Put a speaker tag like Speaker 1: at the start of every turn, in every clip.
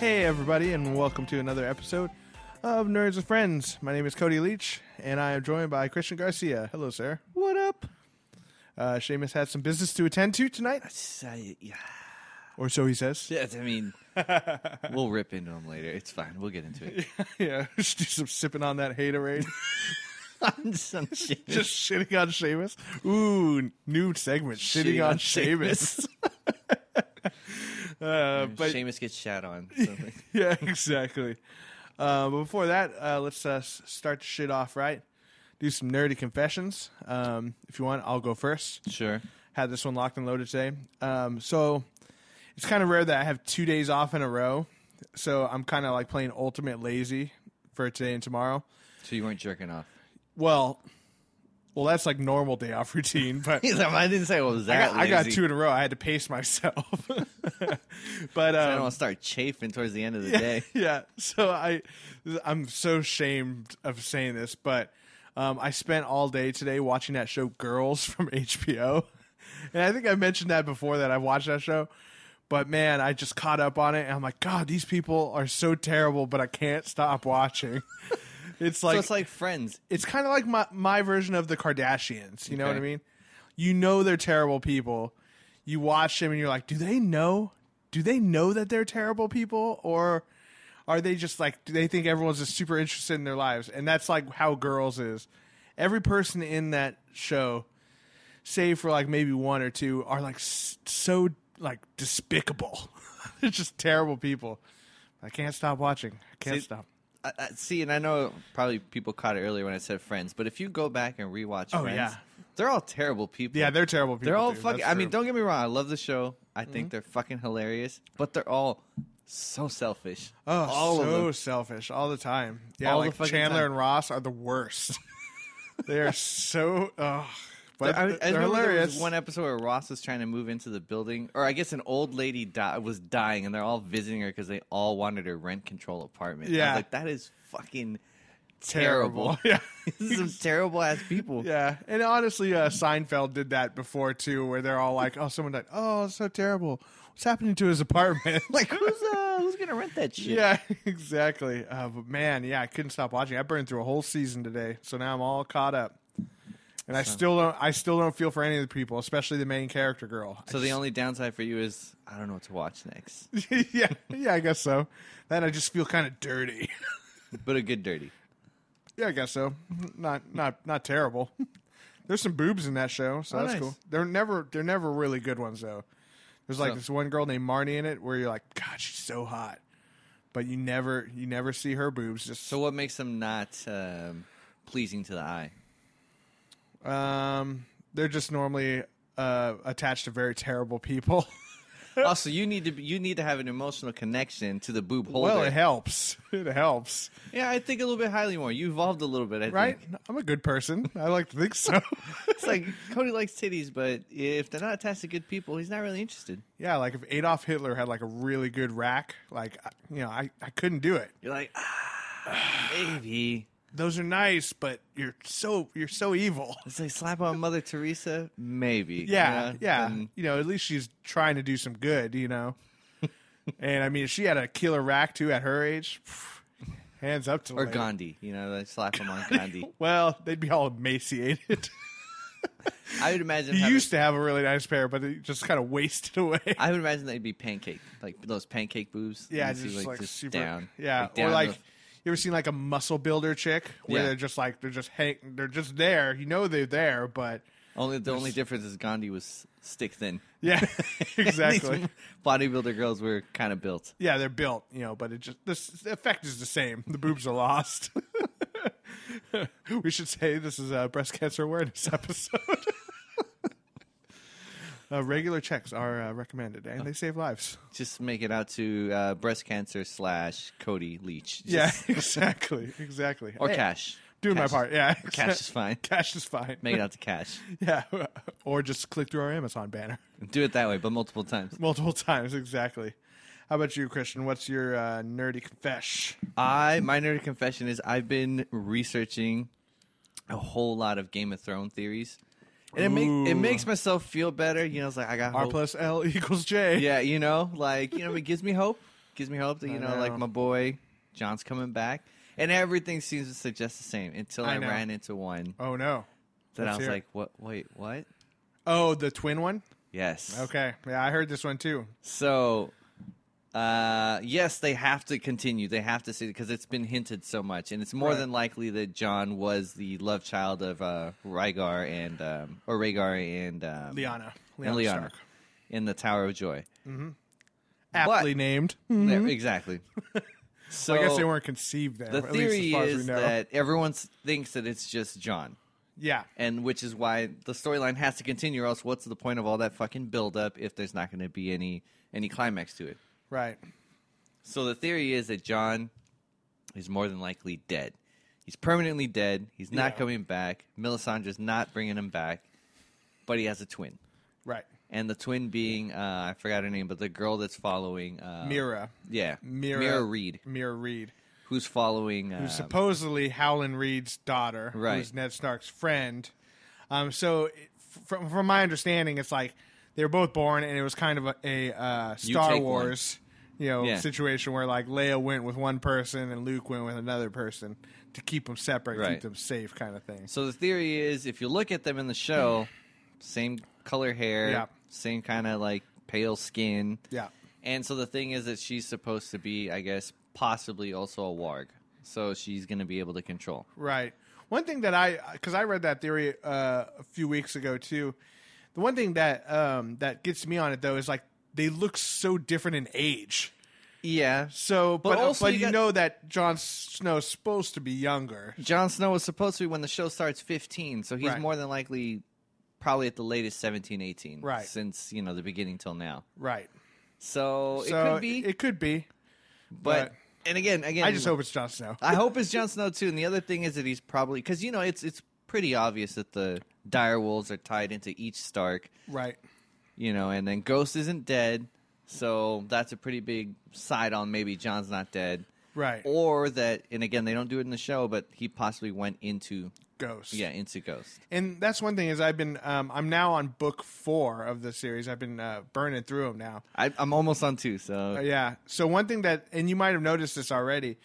Speaker 1: Hey, everybody, and welcome to another episode of Nerds with Friends. My name is Cody Leach, and I am joined by Christian Garcia. Hello, sir. What up? Uh, Seamus had some business to attend to tonight,
Speaker 2: yeah.
Speaker 1: or so he says.
Speaker 2: Yes, I mean, we'll rip into him later. It's fine. We'll get into it.
Speaker 1: Yeah, just do some sipping on that haterade.
Speaker 2: Some shit.
Speaker 1: just shitting on Seamus. Ooh, new segment, shitting, on, Seamus. Uh, but
Speaker 2: Seamus gets shat on. So.
Speaker 1: yeah, exactly. Uh, but before that, uh, let's uh, s- start the shit off right. Do some nerdy confessions. Um, if you want, I'll go first.
Speaker 2: sure.
Speaker 1: had this one locked and loaded today. Um, so it's kind of rare that I have two days off in a row. So I'm kind of like playing ultimate lazy for today and tomorrow.
Speaker 2: So you weren't jerking off.
Speaker 1: Well, well, that's like normal day off routine, but
Speaker 2: He's like, I didn't say what was
Speaker 1: I
Speaker 2: that.
Speaker 1: got, I got
Speaker 2: lazy."
Speaker 1: two in a row. I had to pace myself. but
Speaker 2: I don't
Speaker 1: um,
Speaker 2: want to start chafing towards the end of the day.
Speaker 1: yeah, so I I'm so ashamed of saying this, but um, I spent all day today watching that show Girls from HBO. And I think I mentioned that before that I watched that show. But man, I just caught up on it and I'm like, God, these people are so terrible, but I can't stop watching. it's like
Speaker 2: so it's like friends.
Speaker 1: it's kind of like my my version of the Kardashians. You know what I
Speaker 2: Okay.
Speaker 1: mean? You know they're terrible people. You watch them and you're like, do they know? Do they know that they're terrible people, or are they just like do they think everyone's just super interested in their lives? And that's like how girls is. Every person in that show, save for like maybe one or two, are like s- so like despicable. they're just terrible people. I can't stop watching. I can't
Speaker 2: See,
Speaker 1: stop.
Speaker 2: I, I, Uh, see, and I know probably people caught it earlier when I said friends, but if you go back and rewatch
Speaker 1: Oh,
Speaker 2: Friends,
Speaker 1: yeah.
Speaker 2: they're all terrible people. Mm-hmm.
Speaker 1: Yeah, they're terrible people.
Speaker 2: They're all
Speaker 1: dude.
Speaker 2: fucking.
Speaker 1: That's
Speaker 2: I mean,
Speaker 1: true.
Speaker 2: don't get me wrong. I love the show. I think they're fucking hilarious, but they're all so selfish.
Speaker 1: Oh,
Speaker 2: all
Speaker 1: so
Speaker 2: of them.
Speaker 1: selfish all the time. Yeah,
Speaker 2: All the
Speaker 1: like
Speaker 2: fucking
Speaker 1: Chandler
Speaker 2: time.
Speaker 1: and Ross are the worst. they are so, oh, but
Speaker 2: I, I
Speaker 1: they're,
Speaker 2: remember there was
Speaker 1: hilarious.
Speaker 2: one episode where Ross was trying to move into the building, or I guess an old lady di- was dying, and they're all visiting her because they all wanted her rent control apartment. I was
Speaker 1: Yeah.
Speaker 2: like that is fucking terrible.
Speaker 1: Yeah,
Speaker 2: This is some terrible ass people.
Speaker 1: yeah. And honestly, uh, Seinfeld did that before too, where they're all like, "Oh, someone died. Oh, it's so terrible. What's happening to his apartment?"
Speaker 2: Like who's uh, who's gonna rent that shit?
Speaker 1: yeah, exactly. Uh, but man, yeah, I couldn't stop watching. I burned through a whole season today, so now I'm all caught up. And I still don't. I still don't feel for any of the people, especially the main character girl. I
Speaker 2: So the only downside for you is I don't know what to watch next,
Speaker 1: yeah, yeah, I guess so. Then I just feel kind of dirty.
Speaker 2: but a good dirty.
Speaker 1: yeah, I guess so. Not not not terrible. There's some boobs in that show, so
Speaker 2: Oh,
Speaker 1: that's
Speaker 2: nice.
Speaker 1: cool. They're never they're never really good ones though. There's like
Speaker 2: So-
Speaker 1: this one girl named Marnie in it where you're like, God, she's so hot, but you never you never see her boobs. Just
Speaker 2: So what makes them not um, pleasing to the eye?
Speaker 1: um, they're just normally uh attached to very terrible people.
Speaker 2: also, you need to be, you need to have an emotional connection to the boob holder.
Speaker 1: well, it helps. It helps,
Speaker 2: yeah, I think a little bit highly more. You evolved a little bit, I
Speaker 1: right?
Speaker 2: Think.
Speaker 1: I'm a good person. I like to think so.
Speaker 2: It's like Cody likes titties, but if they're not attached to good people, he's not really interested.
Speaker 1: Yeah, like if Adolf Hitler had like a really good rack, like I- you know, I, I couldn't do it.
Speaker 2: You're like, ah, maybe.
Speaker 1: Those are nice, but you're so you're so evil.
Speaker 2: It's like slap on Mother Teresa, maybe.
Speaker 1: Yeah,
Speaker 2: you know?
Speaker 1: yeah.
Speaker 2: Then-
Speaker 1: You know, at least she's trying to do some good, you know. and I mean, if she had a killer rack too at her age, phew, hands up to
Speaker 2: or
Speaker 1: the lady.
Speaker 2: Gandhi, you know, like slap him on Gandhi.
Speaker 1: Well, they'd be all emaciated.
Speaker 2: I would imagine.
Speaker 1: he
Speaker 2: having-
Speaker 1: used to have a really nice pair, but it just kind of wasted away.
Speaker 2: I would imagine they'd be pancake, like those pancake boobs.
Speaker 1: yeah,
Speaker 2: You see,
Speaker 1: just like, super.
Speaker 2: down.
Speaker 1: Yeah,
Speaker 2: down
Speaker 1: or like
Speaker 2: the-
Speaker 1: you ever seen like a muscle builder chick where
Speaker 2: Yeah.
Speaker 1: they're just like they're just hang they're just there. You know they're there, but
Speaker 2: only the only difference is Gandhi was stick thin.
Speaker 1: Yeah, exactly.
Speaker 2: These bodybuilder girls were kind of built.
Speaker 1: Yeah, they're built, you know, but it just this the effect is the same. The boobs are lost. we should say this is a breast cancer awareness episode. uh, regular checks are uh, recommended, and they save lives.
Speaker 2: Just make it out to uh, breast cancer slash Cody Leach. Just-
Speaker 1: yeah, exactly, exactly.
Speaker 2: Or
Speaker 1: Hey,
Speaker 2: cash.
Speaker 1: Doing my
Speaker 2: Cash-
Speaker 1: part. Yeah,
Speaker 2: Cash is fine.
Speaker 1: Cash is fine.
Speaker 2: Make it out to cash.
Speaker 1: Yeah, or just click through our Amazon banner
Speaker 2: Do it that way, but multiple times.
Speaker 1: multiple times. Exactly. How about you, Christian? What's your uh, nerdy confesh?
Speaker 2: I my nerdy confession is I've been researching a whole lot of Game of Thrones theories, and it makes it makes myself feel better. You know, it's like I got
Speaker 1: R
Speaker 2: hope.
Speaker 1: plus L equals J.
Speaker 2: Yeah, you know, like you know, it gives me hope. Gives me hope that you know, like
Speaker 1: know.
Speaker 2: my boy John's coming back, and everything seems to suggest the same until
Speaker 1: I
Speaker 2: I,
Speaker 1: know.
Speaker 2: ran into one
Speaker 1: Oh no.
Speaker 2: that I
Speaker 1: let's
Speaker 2: was
Speaker 1: hear it.
Speaker 2: like, "What? Wait, what?"
Speaker 1: Oh, the twin one.
Speaker 2: Yes.
Speaker 1: Okay. Yeah, I heard this one too.
Speaker 2: So, uh, yes, they have to continue. They have to see because it's been hinted so much, and it's more
Speaker 1: Right.
Speaker 2: than likely that John was the love child of uh, Rhaegar and um, or Rhaegar and um,
Speaker 1: Liana.
Speaker 2: and Lyanna in the Tower of Joy.
Speaker 1: Aptly
Speaker 2: But-
Speaker 1: named.
Speaker 2: There- exactly. So
Speaker 1: I guess they weren't conceived there.
Speaker 2: The
Speaker 1: at
Speaker 2: theory
Speaker 1: least as far
Speaker 2: is
Speaker 1: as we know.
Speaker 2: that everyone s- thinks that it's just John,
Speaker 1: yeah,
Speaker 2: and which is why the storyline has to continue. Or else, what's the point of all that fucking buildup if there's not going to be any any climax to it?
Speaker 1: right.
Speaker 2: So the theory is that John is more than likely dead. He's permanently dead. He's not
Speaker 1: Yeah.
Speaker 2: coming back. Melisandre's not bringing him back, but he has a twin,
Speaker 1: Right.
Speaker 2: and the twin being uh, I forgot her name, but the girl that's following uh,
Speaker 1: Mira.
Speaker 2: Yeah,
Speaker 1: Mira.
Speaker 2: Reed,
Speaker 1: Mira Reed.
Speaker 2: who's following. Uh,
Speaker 1: Who's supposedly Howland Reed's daughter,
Speaker 2: Right.
Speaker 1: who's Ned Stark's friend. Um, so, it- from from my understanding, it's like they were both born, and it was kind of a, a uh,
Speaker 2: You
Speaker 1: Star
Speaker 2: take one.
Speaker 1: Wars, you know,
Speaker 2: Yeah.
Speaker 1: situation where like Leia went with one person and Luke went with another person to keep them separate,
Speaker 2: Right.
Speaker 1: keep them safe, kind of thing.
Speaker 2: So the theory is, if you look at them in the show, same color hair,
Speaker 1: Yeah.
Speaker 2: same kind of like pale skin,
Speaker 1: Yeah.
Speaker 2: And so the thing is that she's supposed to be, I guess, possibly also a warg, so she's going to be able to control.
Speaker 1: Right. One thing that I because I read that theory uh, a few weeks ago too. The one thing that um, that gets me on it though is like they look so different in age.
Speaker 2: Yeah.
Speaker 1: So, but,
Speaker 2: But
Speaker 1: but,
Speaker 2: also you
Speaker 1: you
Speaker 2: got-
Speaker 1: know that Jon Snow's supposed to be younger.
Speaker 2: Jon Snow was supposed to be when the show starts 15, so he's
Speaker 1: Right.
Speaker 2: more than likely probably at the latest 17, 18,
Speaker 1: Right.
Speaker 2: Since you know the beginning till now,
Speaker 1: Right.
Speaker 2: so,
Speaker 1: So
Speaker 2: it could be,
Speaker 1: It could be.
Speaker 2: but, and again, again,
Speaker 1: I just hope it's Jon Snow.
Speaker 2: I hope it's Jon Snow too. And the other thing is that he's probably because you know it's it's pretty obvious that the dire wolves are tied into each Stark,
Speaker 1: right.
Speaker 2: you know, and then Ghost isn't dead, so that's a pretty big side on maybe John's not dead,
Speaker 1: Right.
Speaker 2: Or that, and again, they don't do it in the show, but he possibly went into
Speaker 1: Ghost.
Speaker 2: yeah into Ghost.
Speaker 1: and that's one thing is I've been um, I'm now on book four of the series. I've been uh, burning through them now.
Speaker 2: I, I'm almost on two, so
Speaker 1: Uh, yeah. So one thing that, and you might have noticed this already,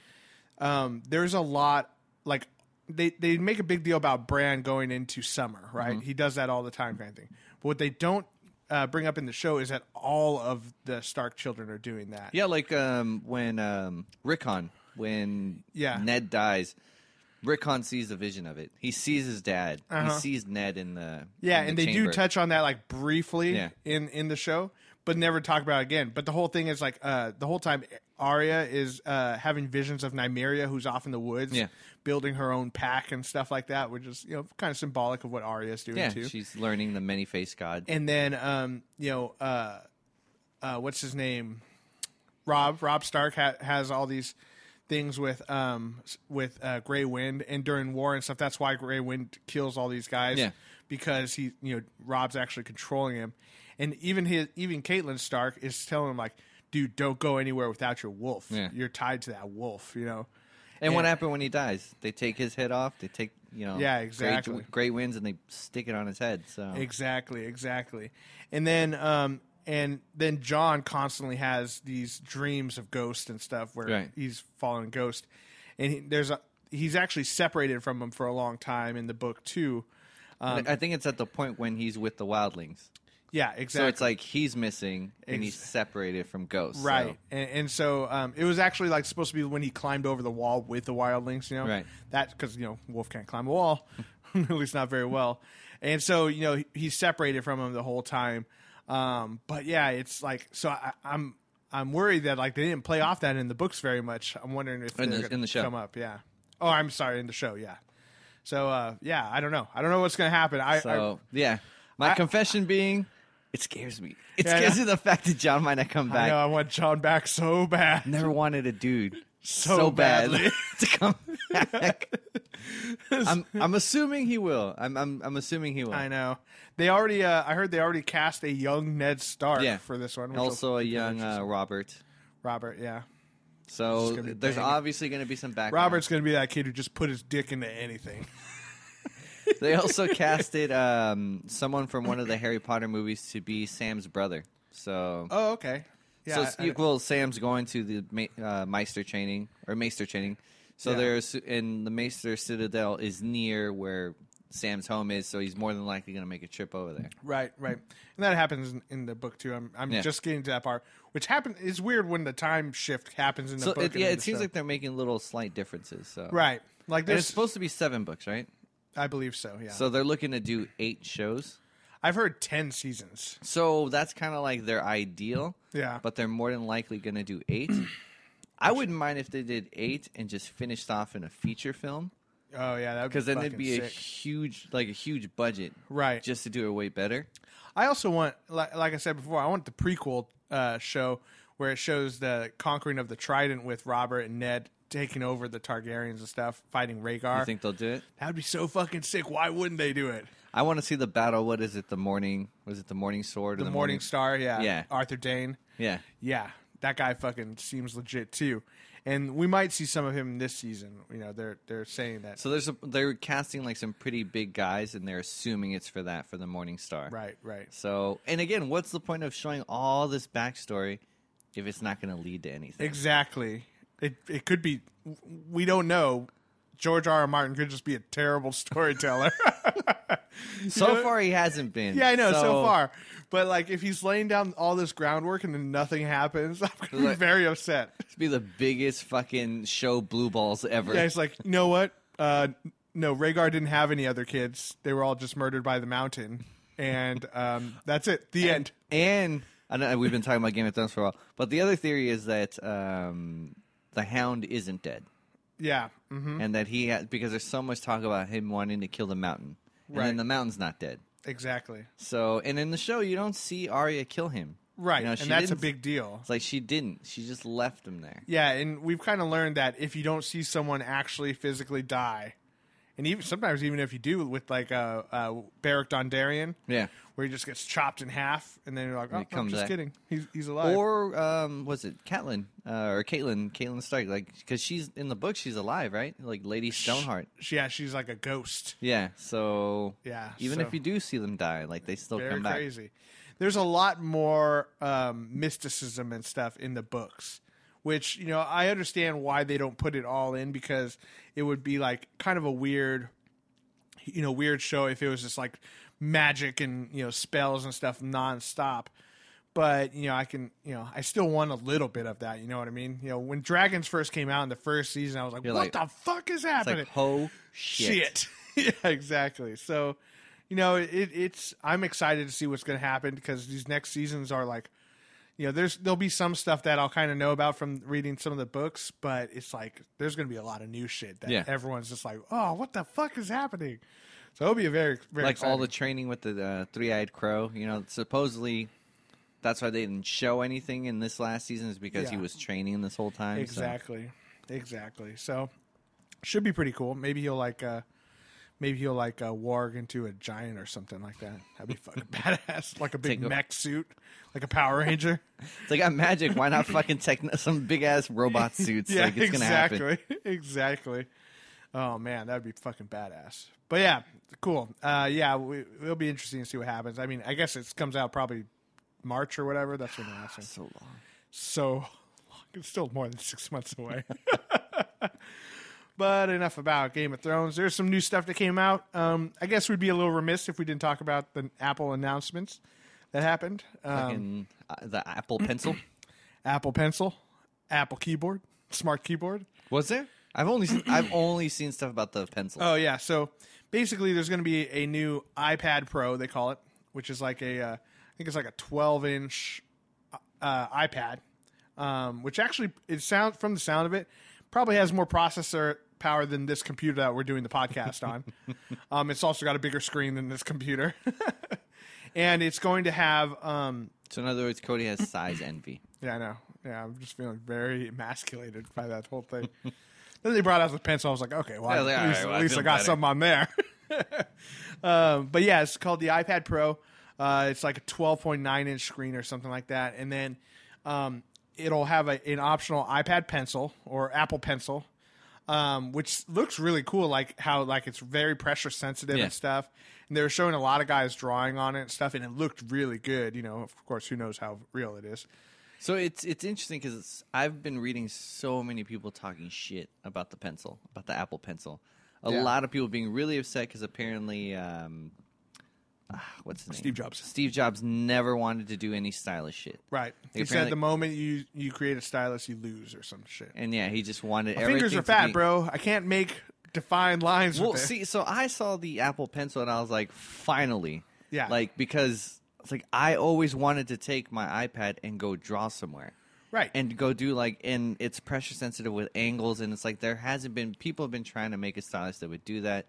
Speaker 1: um, there's a lot like they they make a big deal about Bran going into summer, right? He does that all the time, kind of thing. But what they don't uh, bring up in the show is that all of the Stark children are doing that.
Speaker 2: yeah, like um when um Rickon when
Speaker 1: Yeah.
Speaker 2: Ned dies. Rickon sees a vision of it. He sees his dad. He
Speaker 1: Uh-huh.
Speaker 2: sees Ned in the
Speaker 1: Yeah,
Speaker 2: in the
Speaker 1: and they do
Speaker 2: chamber.
Speaker 1: touch on that like briefly
Speaker 2: Yeah.
Speaker 1: in in the show, but never talk about it again. But the whole thing is like uh the whole time Arya is uh having visions of Nymeria who's off in the woods
Speaker 2: Yeah.
Speaker 1: building her own pack and stuff like that, which is, you know, kind of symbolic of what Arya's doing
Speaker 2: Yeah,
Speaker 1: too.
Speaker 2: she's learning the many faced god.
Speaker 1: and then um you know uh uh what's his name rob rob stark ha- has all these things with um s- with uh gray wind and during war and stuff that's why gray wind kills all these guys
Speaker 2: Yeah.
Speaker 1: because he you know rob's actually controlling him and even his even caitlin stark is telling him like dude don't go anywhere without your wolf
Speaker 2: Yeah.
Speaker 1: you're tied to that wolf you know
Speaker 2: and what happened when he dies? They take his head off. They take you know
Speaker 1: Yeah,
Speaker 2: Grey-
Speaker 1: exactly.
Speaker 2: Grey, winds and they stick it on his head. So
Speaker 1: Exactly, exactly. And then um and then John constantly has these dreams of ghosts and stuff where
Speaker 2: Right.
Speaker 1: he's following ghost. And he, there's a he's actually separated from him for a long time in the book too. um,
Speaker 2: I think it's at the point when he's with the wildlings.
Speaker 1: Yeah, exactly.
Speaker 2: So it's like he's missing and he's
Speaker 1: Ex-
Speaker 2: separated from ghosts.
Speaker 1: right. And, and so um, it was actually like supposed to be when he climbed over the wall with the wildlings, you know.
Speaker 2: Right.
Speaker 1: That because you know wolf can't climb a wall, at least not very well. and so you know he- he's separated from him the whole time. Um, but yeah, it's like so I, I'm I'm worried that like they didn't play off that in the books very much. I'm wondering if
Speaker 2: In
Speaker 1: they're
Speaker 2: the-
Speaker 1: gonna
Speaker 2: in the show.
Speaker 1: come up. Yeah. Oh, I'm sorry, in the show. Yeah. So uh, yeah, I don't know. I don't know what's gonna happen. I, I
Speaker 2: So yeah, my confession being, it scares me. It
Speaker 1: Yeah, I
Speaker 2: scares
Speaker 1: know.
Speaker 2: me the fact that John might not come
Speaker 1: I know
Speaker 2: back.
Speaker 1: I want John back so bad.
Speaker 2: Never wanted a dude so,
Speaker 1: badly.
Speaker 2: bad to come back. I'm I'm assuming he will. I'm I'm I'm assuming he will.
Speaker 1: I know. They already. Uh, I heard they already cast a young Ned Stark
Speaker 2: Yeah.
Speaker 1: for this one. which will-
Speaker 2: Also a young uh, Robert.
Speaker 1: Robert. Yeah.
Speaker 2: So
Speaker 1: It's gonna be
Speaker 2: there's
Speaker 1: banging.
Speaker 2: obviously going to be some background.
Speaker 1: Robert's gonna be that kid who just put his dick into anything.
Speaker 2: They also casted um, someone from one of the Harry Potter movies to be Sam's brother. So,
Speaker 1: Oh, okay. Yeah.
Speaker 2: so
Speaker 1: I-
Speaker 2: it's
Speaker 1: I-
Speaker 2: equal. Sam's going to the ma- uh, Meister training or Maester training. So
Speaker 1: Yeah.
Speaker 2: there's and the Maester Citadel is near where Sam's home is. So he's more than likely going to make a trip over there.
Speaker 1: Right, right, and that happens in, in the book too. I'm, I'm
Speaker 2: Yeah.
Speaker 1: just getting to that part, which happen is weird when the time shift happens in the
Speaker 2: So
Speaker 1: book.
Speaker 2: it,
Speaker 1: and
Speaker 2: yeah,
Speaker 1: in
Speaker 2: it
Speaker 1: the
Speaker 2: seems
Speaker 1: show.
Speaker 2: like they're making little slight differences. So
Speaker 1: right, like
Speaker 2: And it's
Speaker 1: there's,
Speaker 2: supposed to be seven books, right?
Speaker 1: I believe so. Yeah,
Speaker 2: So they're looking to do eight shows.
Speaker 1: I've heard ten seasons.
Speaker 2: So that's kind of like their ideal.
Speaker 1: Yeah.
Speaker 2: But they're more than likely going to do eight. I wouldn't mind if they did eight and just finished off in a feature film
Speaker 1: Oh yeah, that
Speaker 2: because then it'd be a
Speaker 1: sick.
Speaker 2: huge, like a huge budget,
Speaker 1: Right.
Speaker 2: Just to do it way better.
Speaker 1: I also want, like, like I said before, I want the prequel uh, show where it shows the conquering of the Trident with Robert and Ned taking over the Targaryens and stuff, fighting
Speaker 2: You
Speaker 1: Rhaegar.
Speaker 2: think they'll do it?
Speaker 1: That'd be so fucking sick. Why wouldn't they do it?
Speaker 2: I want to see the battle. What is it? The morning? Was it the morning sword? or
Speaker 1: The, Morning, Star, yeah,
Speaker 2: Yeah.
Speaker 1: Arthur Dane.
Speaker 2: Yeah.
Speaker 1: yeah, that guy fucking seems legit too. And we might see some of him this season. You know, they're they're saying that.
Speaker 2: So there's a, they're casting like some pretty big guys, and they're assuming it's for that for the Morning Star,
Speaker 1: right, right.
Speaker 2: So, and again, what's the point of showing all this backstory if it's not going to lead to anything?
Speaker 1: Exactly. It it could be we don't know. George R. R. Martin could just be a terrible storyteller.
Speaker 2: So far, he hasn't been.
Speaker 1: yeah, I know, so, far. But like if he's laying down all this groundwork and then nothing happens, I'm gonna be
Speaker 2: Like-
Speaker 1: very upset.
Speaker 2: to be the biggest fucking show blue balls ever.
Speaker 1: Yeah, it's like, you know what? Uh no, Rhaegar didn't have any other kids. They were all just murdered by the mountain. And um that's it. The end.
Speaker 2: and I know we've been talking about Game of Thrones for a while, but the other theory is that um, the Hound isn't dead,
Speaker 1: Yeah. hmm
Speaker 2: and that he ha- because there's so much talk about him wanting to kill the Mountain, and
Speaker 1: Right.
Speaker 2: then the Mountain's not dead.
Speaker 1: Exactly.
Speaker 2: So, and in the show, you don't see Arya kill him.
Speaker 1: Right.
Speaker 2: You know, she
Speaker 1: and that's a
Speaker 2: didn't-
Speaker 1: big deal.
Speaker 2: It's like she didn't. She just left him there.
Speaker 1: Yeah, and we've kind of learned that if you don't see someone actually physically die, and even sometimes even if you do with like uh, uh Barrack Dondarrion,
Speaker 2: Yeah.
Speaker 1: where he just gets chopped in half, and then you're like, oh, I'm
Speaker 2: comes
Speaker 1: just
Speaker 2: back.
Speaker 1: kidding, he's he's alive.
Speaker 2: Or um, was it Catelyn uh, or Caitlyn? Caitlyn Stark, like because she's in the book, she's alive, right? Like Lady Stoneheart.
Speaker 1: She- yeah, she's like a ghost.
Speaker 2: Yeah. So
Speaker 1: Yeah,
Speaker 2: even
Speaker 1: so-
Speaker 2: if you do see them die, like they still
Speaker 1: Very
Speaker 2: come back.
Speaker 1: crazy. There's a lot more um, mysticism and stuff in the books, which you know I understand why they don't put it all in because it would be like kind of a weird, you know, weird show if it was just like magic and you know spells and stuff nonstop. But you know, I can you know I still want a little bit of that. You know what I mean? You know, when Dragons first came out in the first season, I was like,
Speaker 2: You're
Speaker 1: what
Speaker 2: like-
Speaker 1: the fuck is
Speaker 2: It's
Speaker 1: happening?
Speaker 2: like ho shit.
Speaker 1: yeah, exactly. So, you know, it, it's I'm excited to see what's going to happen because these next seasons are like, you know, there's there'll be some stuff that I'll kind of know about from reading some of the books, but it's like there's going to be a lot of new shit that
Speaker 2: Yeah.
Speaker 1: everyone's just like, oh, what the fuck is happening? So it'll be a very very
Speaker 2: Like all the
Speaker 1: exciting-
Speaker 2: training with the uh, three-eyed crow. You know, supposedly that's why they didn't show anything in this last season is because he
Speaker 1: Yeah.
Speaker 2: was training this whole time. so-
Speaker 1: exactly, exactly. So should be pretty cool. Maybe he'll like. uh Maybe he'll like uh, warg into a giant or something like that. That'd be fucking badass, like a big
Speaker 2: Take a-
Speaker 1: mech suit, like a Power Ranger.
Speaker 2: They got magic. Why not fucking techno- some big ass robot suits? like it's gonna
Speaker 1: exactly.
Speaker 2: happen.
Speaker 1: exactly. Oh man, that'd be fucking badass. But yeah, cool. Uh, yeah, we, it'll be interesting to see what happens. I mean, I guess it comes out probably March or whatever. That's when the last one.
Speaker 2: So long.
Speaker 1: So long. it's still more than six months away. but enough about Game of Thrones. There's some new stuff that came out. Um, I guess we'd be a little remiss if we didn't talk about the Apple announcements that happened. Um,
Speaker 2: Fucking, uh, the Apple Pencil
Speaker 1: Apple Pencil, Apple Keyboard, Smart Keyboard.
Speaker 2: was there? I've only seen, I've only seen stuff about the pencil.
Speaker 1: Oh yeah, so basically there's going to be a new iPad Pro they call it, which is like a uh, I think it's like a 12 inch uh, iPad, um, which actually it sounds from the sound of it probably has more processor power than this computer that we're doing the podcast on. um, it's also got a bigger screen than this computer, and it's going to have. Um,
Speaker 2: So in other words, Cody has size envy.
Speaker 1: yeah, I know. Yeah, I'm just feeling very emasculated by that whole thing. then they brought out the pencil. I was like, okay, well,
Speaker 2: I was like,
Speaker 1: at
Speaker 2: all
Speaker 1: least,
Speaker 2: right,
Speaker 1: at
Speaker 2: well, I
Speaker 1: least I
Speaker 2: feel
Speaker 1: got
Speaker 2: better.
Speaker 1: something on there. um, but yeah, it's called the iPad Pro. Uh, it's like a 12.9 inch screen or something like that, and then um, it'll have a, an optional iPad Pencil or Apple Pencil, um, which looks really cool. Like how like it's very pressure sensitive
Speaker 2: Yeah.
Speaker 1: and stuff. And they were showing a lot of guys drawing on it and stuff, and it looked really good. You know, of course, who knows how real it is.
Speaker 2: So it's it's interesting because I've been reading so many people talking shit about the pencil, about the Apple Pencil. A
Speaker 1: Yeah.
Speaker 2: lot of people being really upset because apparently, um, ah, what's his name?
Speaker 1: Steve Jobs.
Speaker 2: Steve Jobs never wanted to do any stylish shit.
Speaker 1: Right.
Speaker 2: Like,
Speaker 1: he said
Speaker 2: apparently-
Speaker 1: the moment you you create a stylus, you lose or some shit.
Speaker 2: And yeah, he just wanted
Speaker 1: My fingers
Speaker 2: everything
Speaker 1: are
Speaker 2: to
Speaker 1: fat,
Speaker 2: be-
Speaker 1: bro. I can't make defined lines.
Speaker 2: Well,
Speaker 1: with it.
Speaker 2: see, so I saw the Apple Pencil and I was like, finally.
Speaker 1: Yeah.
Speaker 2: Like, because it's like I always wanted to take my iPad and go draw somewhere.
Speaker 1: right?
Speaker 2: And go do like, and it's pressure sensitive with angles, and it's like there hasn't been people have been trying to make a stylus that would do that,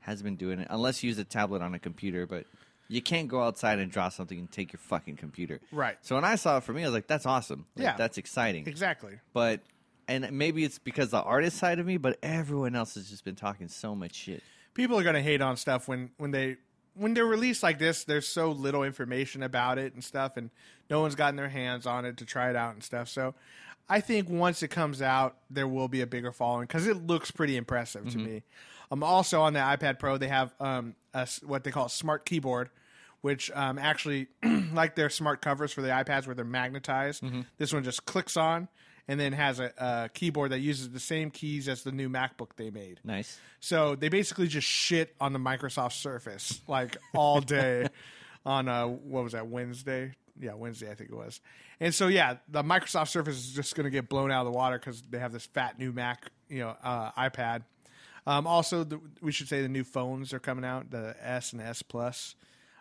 Speaker 2: hasn't been doing it unless you use a tablet on a computer, but you can't go outside and draw something and take your fucking computer,
Speaker 1: Right.
Speaker 2: So when I saw it for me, I was like, that's awesome, Like,
Speaker 1: Yeah.
Speaker 2: that's exciting,
Speaker 1: exactly.
Speaker 2: but and maybe it's because the artist side of me, but everyone else has just been talking so much shit.
Speaker 1: People are gonna hate on stuff when when they when they're released like this. There's so little information about it and stuff, and no one's gotten their hands on it to try it out and stuff. So. I think once it comes out, there will be a bigger following because it looks pretty impressive to me. Um, also on the iPad Pro, they have um, a s what they call a smart keyboard, which um, actually, like their smart covers for the iPads where they're magnetized, this one just clicks on and then has a, a keyboard that uses the same keys as the new MacBook they made.
Speaker 2: Nice.
Speaker 1: So they basically just shit on the Microsoft Surface like all day on uh what was that Wednesday? Yeah, Wednesday I think it was. And so yeah, the Microsoft Surface is just going to get blown out of the water because they have this fat new Mac, you know, uh, iPad. Um, also, the, we should say the new phones are coming out, the S and S Plus,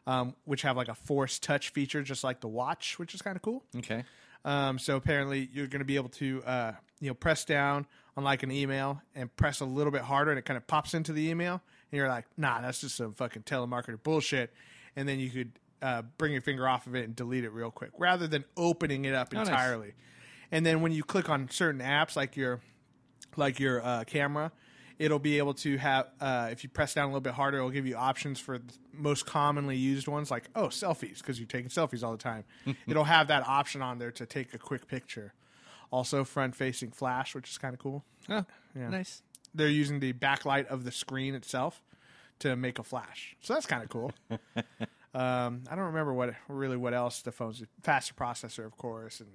Speaker 1: um, which have like a force touch feature, just like the watch, which is kind of cool.
Speaker 2: Okay.
Speaker 1: Um, so apparently, you're going to be able to uh, you know press down on like an email and press a little bit harder, and it kind of pops into the email, and you're like, nah, that's just some fucking telemarketer bullshit. And then you could uh, bring your finger off of it and delete it real quick, rather than opening it up
Speaker 2: nice.
Speaker 1: entirely. And then when you click on certain apps, like your like your uh, camera, it'll be able to have. Uh, if you press down a little bit harder, it'll give you options for the most commonly used ones, like oh selfies, because you're taking selfies all the time. it'll have that option on there to take a quick picture. Also, front-facing flash, which is kind of cool.
Speaker 2: Oh, nice.
Speaker 1: They're using the backlight of the screen itself to make a flash, so that's kind of cool. um, I don't remember what really what else the phones faster processor, of course, and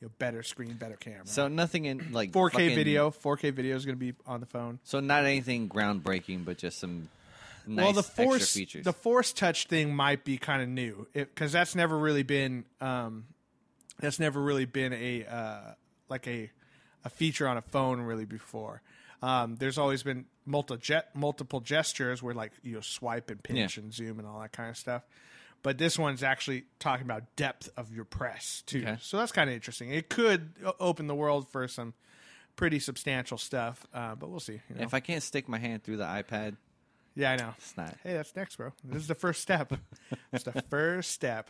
Speaker 1: you know, better screen, better camera.
Speaker 2: So nothing in like
Speaker 1: 4K
Speaker 2: fucking-
Speaker 1: video. 4K video is going to be on the phone.
Speaker 2: So not anything groundbreaking, but just some nice
Speaker 1: well, the force
Speaker 2: extra features.
Speaker 1: the force touch thing might be kind of new because that's never really been um, that's never really been a uh, like a a feature on a phone really before. Um, there's always been multi jet multiple gestures where like you know, swipe and pinch
Speaker 2: Yeah.
Speaker 1: and zoom and all that kind of stuff. But this one's actually talking about depth of your press too,
Speaker 2: Okay.
Speaker 1: so that's kind of interesting. It could o- open the world for some pretty substantial stuff, uh, but we'll see. you know.
Speaker 2: if I can't stick my hand through the iPad,
Speaker 1: yeah, I know.
Speaker 2: it's not.
Speaker 1: Hey, that's next, bro. This is the first step. it's the first step.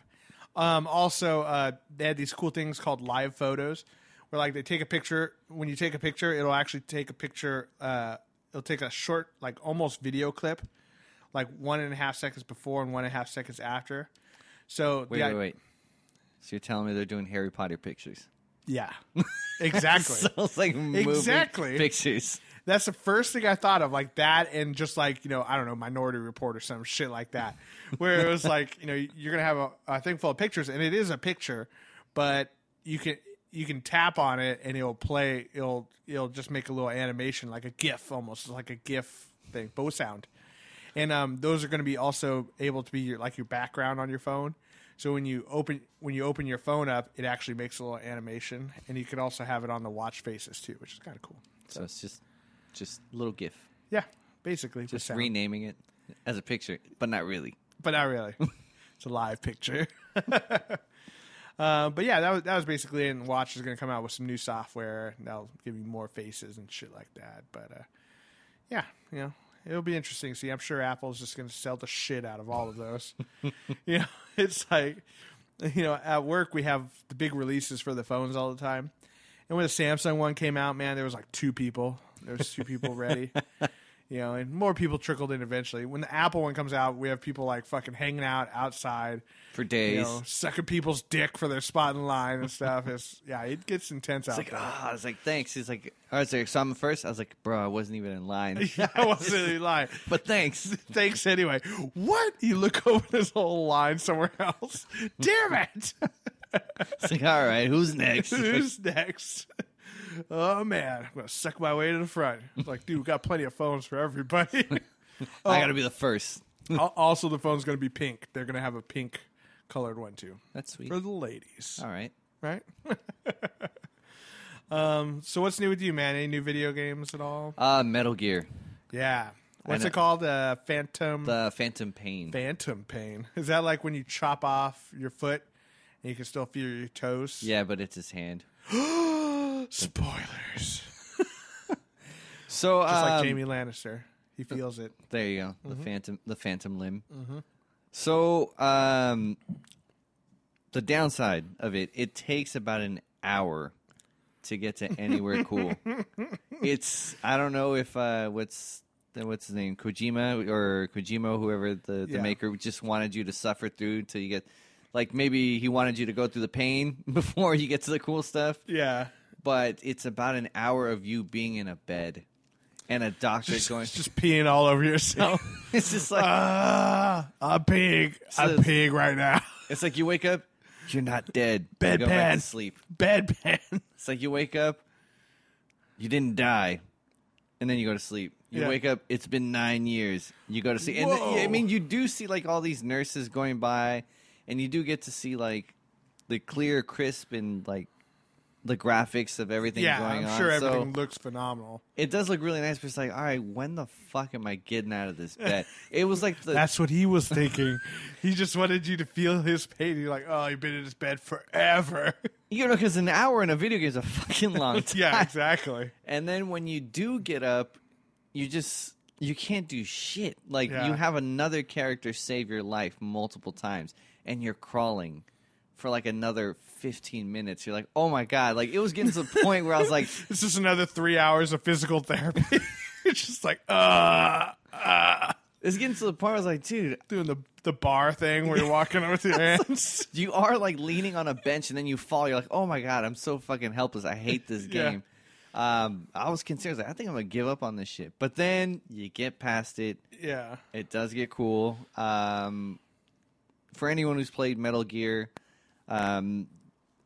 Speaker 1: Um, also, uh, they had these cool things called live photos, where like they take a picture. When you take a picture, it'll actually take a picture. Uh, it'll take a short, like almost video clip, like one and a half seconds before and one and a half seconds after. So
Speaker 2: Wait,
Speaker 1: the,
Speaker 2: wait, wait. So you're telling me they're doing Harry Potter pictures?
Speaker 1: yeah, exactly.
Speaker 2: Sounds like movie
Speaker 1: Exactly.
Speaker 2: pictures.
Speaker 1: That's the first thing I thought of, like that, and just like you know, I don't know, Minority Report or some shit like that, where it was like you know, you're gonna have a, a thing full of pictures, and it is a picture, but you can you can tap on it and it'll play, it'll it'll just make a little animation like a GIF, almost like a GIF thing, but with sound, and um, those are gonna be also able to be your like your background on your phone. So when you open when you open your phone up, it actually makes a little animation, and you can also have it on the watch faces too, which is kind of cool.
Speaker 2: So it's just just little GIF.
Speaker 1: Yeah, basically. with
Speaker 2: Just
Speaker 1: sound.
Speaker 2: renaming it as a picture, but not really.
Speaker 1: but not really. it's a live picture. uh, but yeah, that was that was basically it. And Watch is going to come out with some new software. And that'll give you more faces and shit like that. But uh, yeah, you know, it'll be interesting. to See, I'm sure Apple's just going to sell the shit out of all of those. you know, it's like you know, at work we have the big releases for the phones all the time. And when the Samsung one came out, man, there was like two people. There was two people ready. You know, and more people trickled in eventually. When the Apple one comes out, we have people like fucking hanging out outside
Speaker 2: For days.
Speaker 1: You know, sucking people's dick for their spot in line and stuff. It's yeah, it gets intense out
Speaker 2: It's like,
Speaker 1: there.
Speaker 2: ah, I was like, thanks. He's like, I was like, so I'm first. I was like, bro, I wasn't even in line.
Speaker 1: I wasn't really lying.
Speaker 2: but thanks.
Speaker 1: Thanks anyway. What? You look over this whole line somewhere else. Damn it.
Speaker 2: It's like, all right, who's next?
Speaker 1: Who's next? Oh man, I'm gonna suck my way to the front. It's Like, dude, we got plenty of phones for everybody. Oh.
Speaker 2: I gotta be the first.
Speaker 1: Al- also, the phone's gonna be pink. They're gonna have a pink colored one too
Speaker 2: That's sweet.
Speaker 1: for the ladies,
Speaker 2: All right.
Speaker 1: right? um. So, what's new with you, man? Any new video games at all?
Speaker 2: Uh, Metal Gear,
Speaker 1: yeah. What's
Speaker 2: know.
Speaker 1: it called? Uh, Phantom.
Speaker 2: the Phantom Pain.
Speaker 1: Phantom pain. Is that like when you chop off your foot and you can still feel your toes?
Speaker 2: yeah, but it's his hand.
Speaker 1: Spoilers.
Speaker 2: So,
Speaker 1: Just like
Speaker 2: um,
Speaker 1: Jamie Lannister. He feels it.
Speaker 2: There you go.
Speaker 1: Mm-hmm.
Speaker 2: The phantom, the phantom limb. So, um, the downside of it, it takes about an hour to get to anywhere cool. It's I don't know if uh, what's then what's his name Kojima or Kojima whoever the, the
Speaker 1: Yeah.
Speaker 2: maker just wanted you to suffer through till you get like maybe he wanted you to go through the pain before you get to the cool stuff.
Speaker 1: Yeah.
Speaker 2: But it's about an hour of you being in a bed and a doctor going.
Speaker 1: Just peeing all over yourself.
Speaker 2: it's just like.
Speaker 1: Ah, I'm peeing. I'm
Speaker 2: So-
Speaker 1: peeing right now.
Speaker 2: It's like you wake up, you're not dead. You go back to
Speaker 1: Bedpan.
Speaker 2: sleep.
Speaker 1: Bedpan.
Speaker 2: It's like you wake up, you didn't die, and then you go to sleep. You
Speaker 1: Yeah.
Speaker 2: wake up, it's been nine years. You go to sleep, and th- I
Speaker 1: Whoa.
Speaker 2: mean, you do see like all these nurses going by, and you do get to see like the clear, crisp, and like the graphics of everything
Speaker 1: Yeah,
Speaker 2: going
Speaker 1: I'm
Speaker 2: on.
Speaker 1: sure
Speaker 2: So-
Speaker 1: everything looks phenomenal.
Speaker 2: it does look really nice, but it's like, all right, when the fuck am I getting out of this bed? It was like the
Speaker 1: That's what he was thinking. he just wanted you to feel his pain. You're like, oh, you've been in his bed forever.
Speaker 2: you know because an hour in a video game is a fucking long time.
Speaker 1: yeah, exactly.
Speaker 2: And then when you do get up, you just you can't do shit. Like
Speaker 1: Yeah.
Speaker 2: you have another character save your life multiple times and you're crawling for like another 15 minutes. You're like, "Oh my god." Like it was getting to the point where I was like,
Speaker 1: It's just another three hours of physical therapy. it's just like, uh, uh,
Speaker 2: it's getting to the point where I was like, "Dude,
Speaker 1: doing the the bar thing where you're walking with your hands.
Speaker 2: you are like leaning on a bench and then you fall. You're like, "Oh my god, I'm so fucking helpless. I hate this
Speaker 1: Yeah.
Speaker 2: game." Um, I was concerned. I was like, I think I'm gonna give up on this shit. But then you get past it.
Speaker 1: Yeah.
Speaker 2: It does get cool. Um, for anyone who's played Metal Gear, um,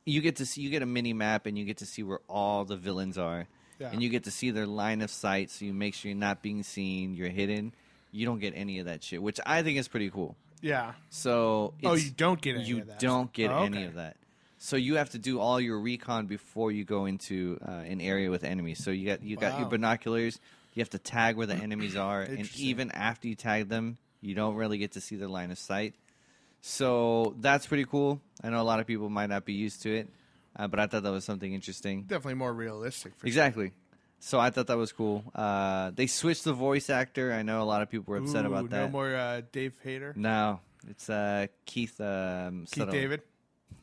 Speaker 2: you get to see you get a mini map and you get to see where all the villains are,
Speaker 1: Yeah.
Speaker 2: and you get to see their line of sight. So you make sure you're not being seen. You're hidden. You don't get any of that shit, which I think is pretty cool.
Speaker 1: Yeah.
Speaker 2: So
Speaker 1: Oh,
Speaker 2: it's-
Speaker 1: you don't get any
Speaker 2: you
Speaker 1: of that.
Speaker 2: don't get
Speaker 1: Oh,
Speaker 2: any
Speaker 1: okay.
Speaker 2: of that. So you have to do all your recon before you go into uh, an area with enemies. So you got you got your
Speaker 1: Wow.
Speaker 2: binoculars. You have to tag where the enemies are, and
Speaker 1: Interesting.
Speaker 2: even after you tag them, you don't really get to see their line of sight. So that's pretty cool. I know a lot of people might not be used to it, uh, but I thought that was something interesting.
Speaker 1: Definitely more realistic. For
Speaker 2: Exactly. So I thought that was cool. Uh, they switched the voice actor. I know a lot of people were
Speaker 1: Sure.
Speaker 2: upset
Speaker 1: Ooh,
Speaker 2: about that.
Speaker 1: No more uh, Dave Hader.
Speaker 2: No, it's uh, Keith. Um,
Speaker 1: Keith
Speaker 2: Sutherland.
Speaker 1: David.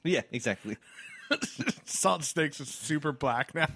Speaker 2: Yeah, exactly.
Speaker 1: Salt Snakes is super black now.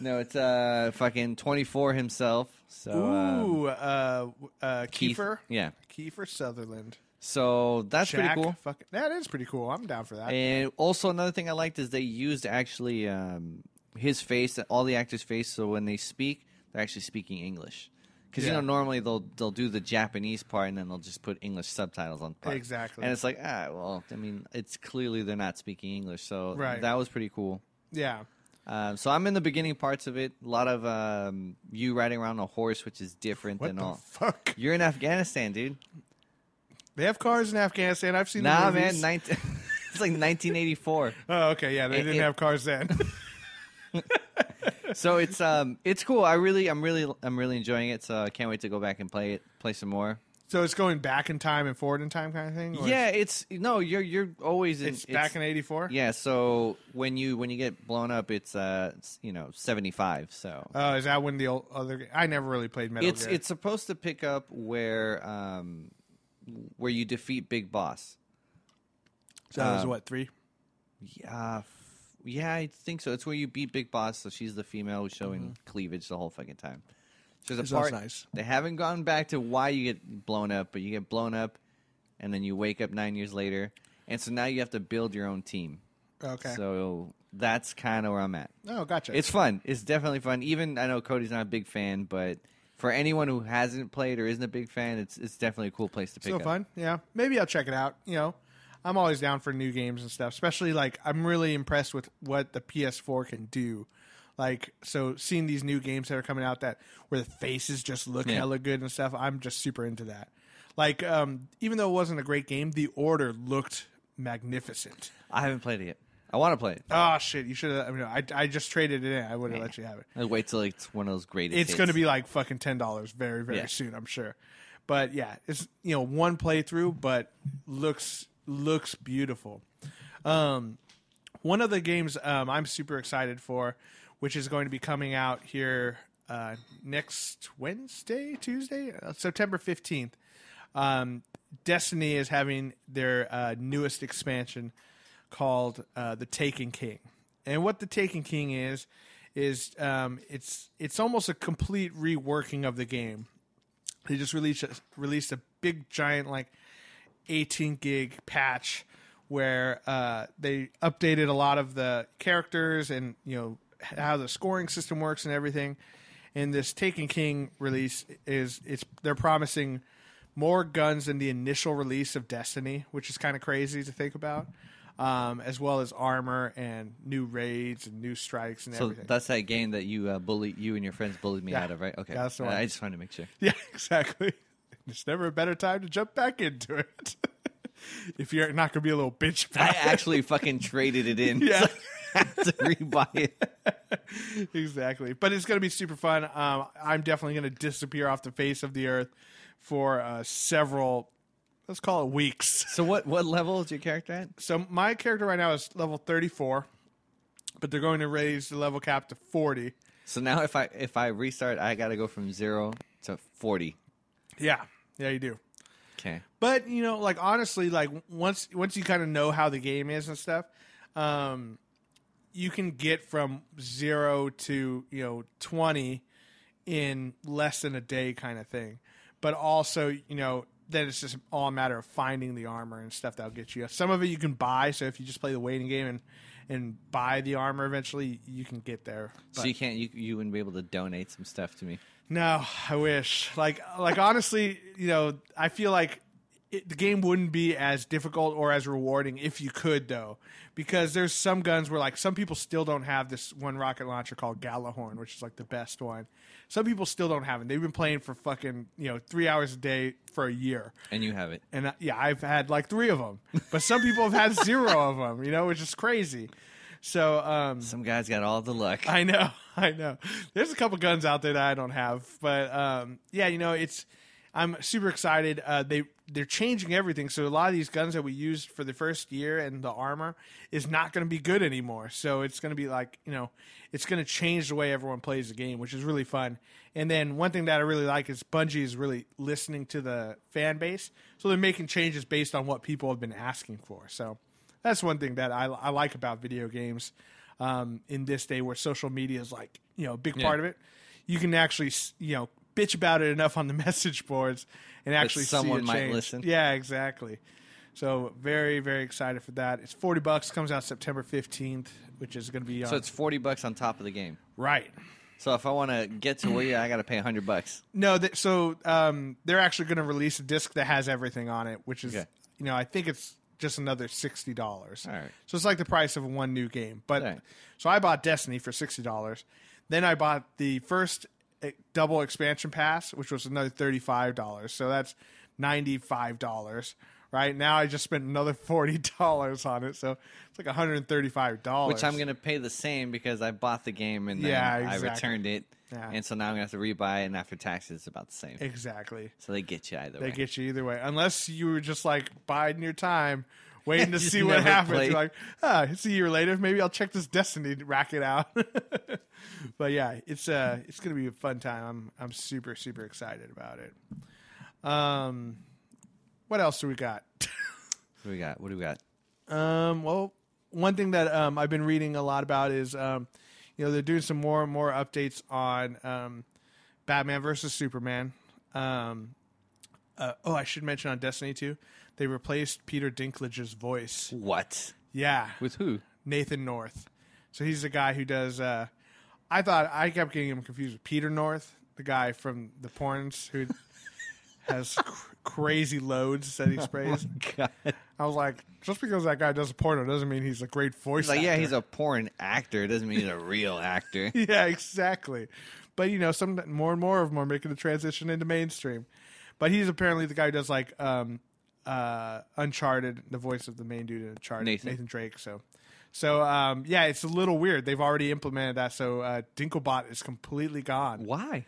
Speaker 2: No, it's uh fucking twenty four himself. So um,
Speaker 1: Ooh, uh, uh,
Speaker 2: Keith-
Speaker 1: Kiefer.
Speaker 2: Yeah.
Speaker 1: Kiefer Sutherland.
Speaker 2: So that's
Speaker 1: Jack.
Speaker 2: pretty cool.
Speaker 1: Fuck, that is pretty cool. I'm down for that.
Speaker 2: And also another thing I liked is they used actually um, his face, all the actors' face. So when they speak, they're actually speaking English. Because you
Speaker 1: Yeah.
Speaker 2: know normally they'll they'll do the Japanese part and then they'll just put English subtitles on. Part.
Speaker 1: Exactly.
Speaker 2: And it's like ah well, I mean it's clearly they're not speaking English, so
Speaker 1: Right.
Speaker 2: that was pretty cool.
Speaker 1: yeah.
Speaker 2: Um, so I'm in the beginning parts of it. A lot of um, you riding around a horse, which is different
Speaker 1: What
Speaker 2: than
Speaker 1: the
Speaker 2: all.
Speaker 1: fuck?
Speaker 2: You're in Afghanistan, dude.
Speaker 1: They have cars in Afghanistan. I've seen. the
Speaker 2: Nah, man.
Speaker 1: movies.
Speaker 2: 19- it's like 1984.
Speaker 1: Oh, okay. Yeah, they
Speaker 2: It-
Speaker 1: didn't
Speaker 2: it-
Speaker 1: have cars then.
Speaker 2: so it's um it's cool. I really I'm really I'm really enjoying it. So I can't wait to go back and play it, play some more.
Speaker 1: So it's going back in time and forward in time kind of thing. or
Speaker 2: Yeah, it's no, you're you're always in
Speaker 1: it's, it's back in '84.
Speaker 2: Yeah, so when you when you get blown up, it's uh it's, you know seventy five. So
Speaker 1: Oh, is that when the old other? I never really played Metal
Speaker 2: it's
Speaker 1: Gear.
Speaker 2: it's supposed to pick up where um where you defeat Big Boss.
Speaker 1: so that was
Speaker 2: uh,
Speaker 1: what three?
Speaker 2: Yeah, f- yeah, I think so. It's where you beat Big Boss. So she's the female who's showing cleavage the whole fucking time. So There's a
Speaker 1: Mm-hmm. sounds
Speaker 2: part.
Speaker 1: nice.
Speaker 2: They haven't gone back to why you get blown up, but you get blown up, and then you wake up nine years later, and so now you have to build your own team.
Speaker 1: Okay.
Speaker 2: So that's kind of where I'm at.
Speaker 1: oh, gotcha.
Speaker 2: It's fun. It's definitely fun. Even I know Cody's not a big fan, but for anyone who hasn't played or isn't a big fan, it's it's definitely a cool place to pick
Speaker 1: still
Speaker 2: up.
Speaker 1: fun. Yeah, maybe I'll check it out. You know, I'm always down for new games and stuff. Especially like I'm really impressed with what the PS4 can do. Like so, seeing these new games that are coming out that where the faces just look
Speaker 2: Yeah.
Speaker 1: hella good and stuff, I'm just super into that. Like, um, even though it wasn't a great game, the order looked magnificent.
Speaker 2: I haven't played it yet. I want to play it.
Speaker 1: Oh shit! You should have. I mean, I, I just traded it in. I would have let you have it.
Speaker 2: I wait till it's one of those greatest.
Speaker 1: it's going to
Speaker 2: hits.
Speaker 1: be like fucking ten dollars very very
Speaker 2: Yeah.
Speaker 1: soon. I'm sure. But yeah, it's you know one playthrough, but looks looks beautiful. Um, one of the games um, I'm super excited for, which is going to be coming out here uh, next Wednesday, Tuesday, uh, September 15th. Um, Destiny is having their uh, newest expansion called uh, The Taken King, and what The Taken King is is um, it's it's almost a complete reworking of the game. They just released a, released a big giant like 18 gig patch where uh, they updated a lot of the characters and you know how the scoring system works and everything. And this Taken King release is it's they're promising more guns than the initial release of Destiny, which is kind of crazy to think about, um, as well as armor and new raids and new strikes and
Speaker 2: So
Speaker 1: everything.
Speaker 2: that's that game that you uh, bully you and your friends bullied me
Speaker 1: Yeah.
Speaker 2: out of, right? Okay,
Speaker 1: Yeah, that's the
Speaker 2: Uh,
Speaker 1: one.
Speaker 2: I just wanted to make sure.
Speaker 1: Yeah, exactly. It's never a better time to jump back into it. if you're not going to be a little bitch
Speaker 2: I
Speaker 1: about it.
Speaker 2: actually fucking traded it in.
Speaker 1: Yeah.
Speaker 2: So I had to rebuy it.
Speaker 1: exactly. But it's going to be super fun. Um, I'm definitely going to disappear off the face of the earth for uh, several, let's call it weeks.
Speaker 2: So what what level is your character at?
Speaker 1: So my character right now is level 34, but they're going to raise the level cap to 40.
Speaker 2: So now if I if I restart, I got to go from zero to forty.
Speaker 1: Yeah. Yeah, you do.
Speaker 2: Okay.
Speaker 1: But you know, like honestly, like once once you kind of know how the game is and stuff, um, you can get from zero to you know twenty in less than a day, kind of thing. But also, you know, then it's just all a matter of finding the armor and stuff that'll get you. Some of it you can buy, so if you just play the waiting game and and buy the armor eventually, you can get there.
Speaker 2: So you can't you you wouldn't be able to donate some stuff to me.
Speaker 1: No, I wish. Like, like honestly, you know, I feel like it, the game wouldn't be as difficult or as rewarding if you could, though, because there's some guns where like some people still don't have this one rocket launcher called Galahorn, which is like the best one. Some people still don't have it. They've been playing for fucking you know three hours a day for a year,
Speaker 2: And you have it.
Speaker 1: and uh, yeah, I've had like three of them, but some people have had zero of them. You know, which is crazy. So, um,
Speaker 2: Some guy's got all the luck.
Speaker 1: I know, I know. There's a couple guns out there that I don't have, but um, yeah, you know, it's. I'm super excited. Uh, they they're changing everything, so a lot of these guns that we used for the first year and the armor is not going to be good anymore. So it's going to be like you know, it's going to change the way everyone plays the game, which is really fun. And then one thing that I really like is Bungie is really listening to the fan base, so they're making changes based on what people have been asking for. So that's one thing that I, I like about video games um, in this day where social media is like you know a big part of it. You can actually s- you know bitch about it enough on the message boards and actually see
Speaker 2: someone
Speaker 1: it
Speaker 2: might
Speaker 1: change.
Speaker 2: listen.
Speaker 1: Yeah, exactly. So very very excited for that. It's forty bucks. Comes out September fifteenth, which is going to be on
Speaker 2: So it's forty bucks on top of the game.
Speaker 1: right.
Speaker 2: So if I want to get to where you, I got to pay hundred bucks.
Speaker 1: No, th- so um, they're actually going to release a disc that has everything on it, which is
Speaker 2: Okay.
Speaker 1: you know I think it's just another sixty dollars.
Speaker 2: All right.
Speaker 1: So it's like the price of one new game. But
Speaker 2: All right.
Speaker 1: so I bought Destiny for sixty dollars. Then I bought the first eh, double expansion pass, which was another thirty five dollars. So that's ninety five dollars Right now, I just spent another forty dollars on it, so it's like one hundred and thirty-five dollars.
Speaker 2: Which I'm going to pay the same because I bought the game and then
Speaker 1: Yeah,
Speaker 2: I
Speaker 1: exactly.
Speaker 2: returned it.
Speaker 1: Yeah.
Speaker 2: And so now I'm going to have to rebuy it, and after taxes, it's about the same.
Speaker 1: exactly.
Speaker 2: so they get you either
Speaker 1: They
Speaker 2: way.
Speaker 1: get you either way, unless you were just like biding your time, waiting to
Speaker 2: Just
Speaker 1: see what
Speaker 2: never
Speaker 1: happens.
Speaker 2: play.
Speaker 1: You're like, ah, it's a year later. Maybe I'll check this Destiny racket out. but yeah, it's uh, it's gonna be a fun time. I'm I'm super super excited about it. Um, what else do we got?
Speaker 2: what do we got? What do we got?
Speaker 1: Um, well, one thing that um, I've been reading a lot about is, um, you know, they're doing some more and more updates on um, Batman versus Superman. Um, uh, oh, I should mention on Destiny 2, they replaced Peter Dinklage's voice.
Speaker 2: What?
Speaker 1: Yeah,
Speaker 2: With who?
Speaker 1: Nathan North. So he's the guy who does. Uh, I thought I kept getting him confused with Peter North, the guy from the porns who has cr- crazy loads that he sprays. I was like, just because that guy does porno doesn't mean he's a great voice.
Speaker 2: He's like, yeah,
Speaker 1: actor.
Speaker 2: he's a porn actor. It doesn't mean he's a real actor.
Speaker 1: yeah, exactly. But you know, some more and more of them are making the transition into mainstream. But he's apparently the guy who does like um, uh, Uncharted, the voice of the main dude in Uncharted,
Speaker 2: Nathan.
Speaker 1: Drake. So, so um, yeah, it's a little weird. They've already implemented that, so uh, Dinklebot is completely gone
Speaker 2: Why?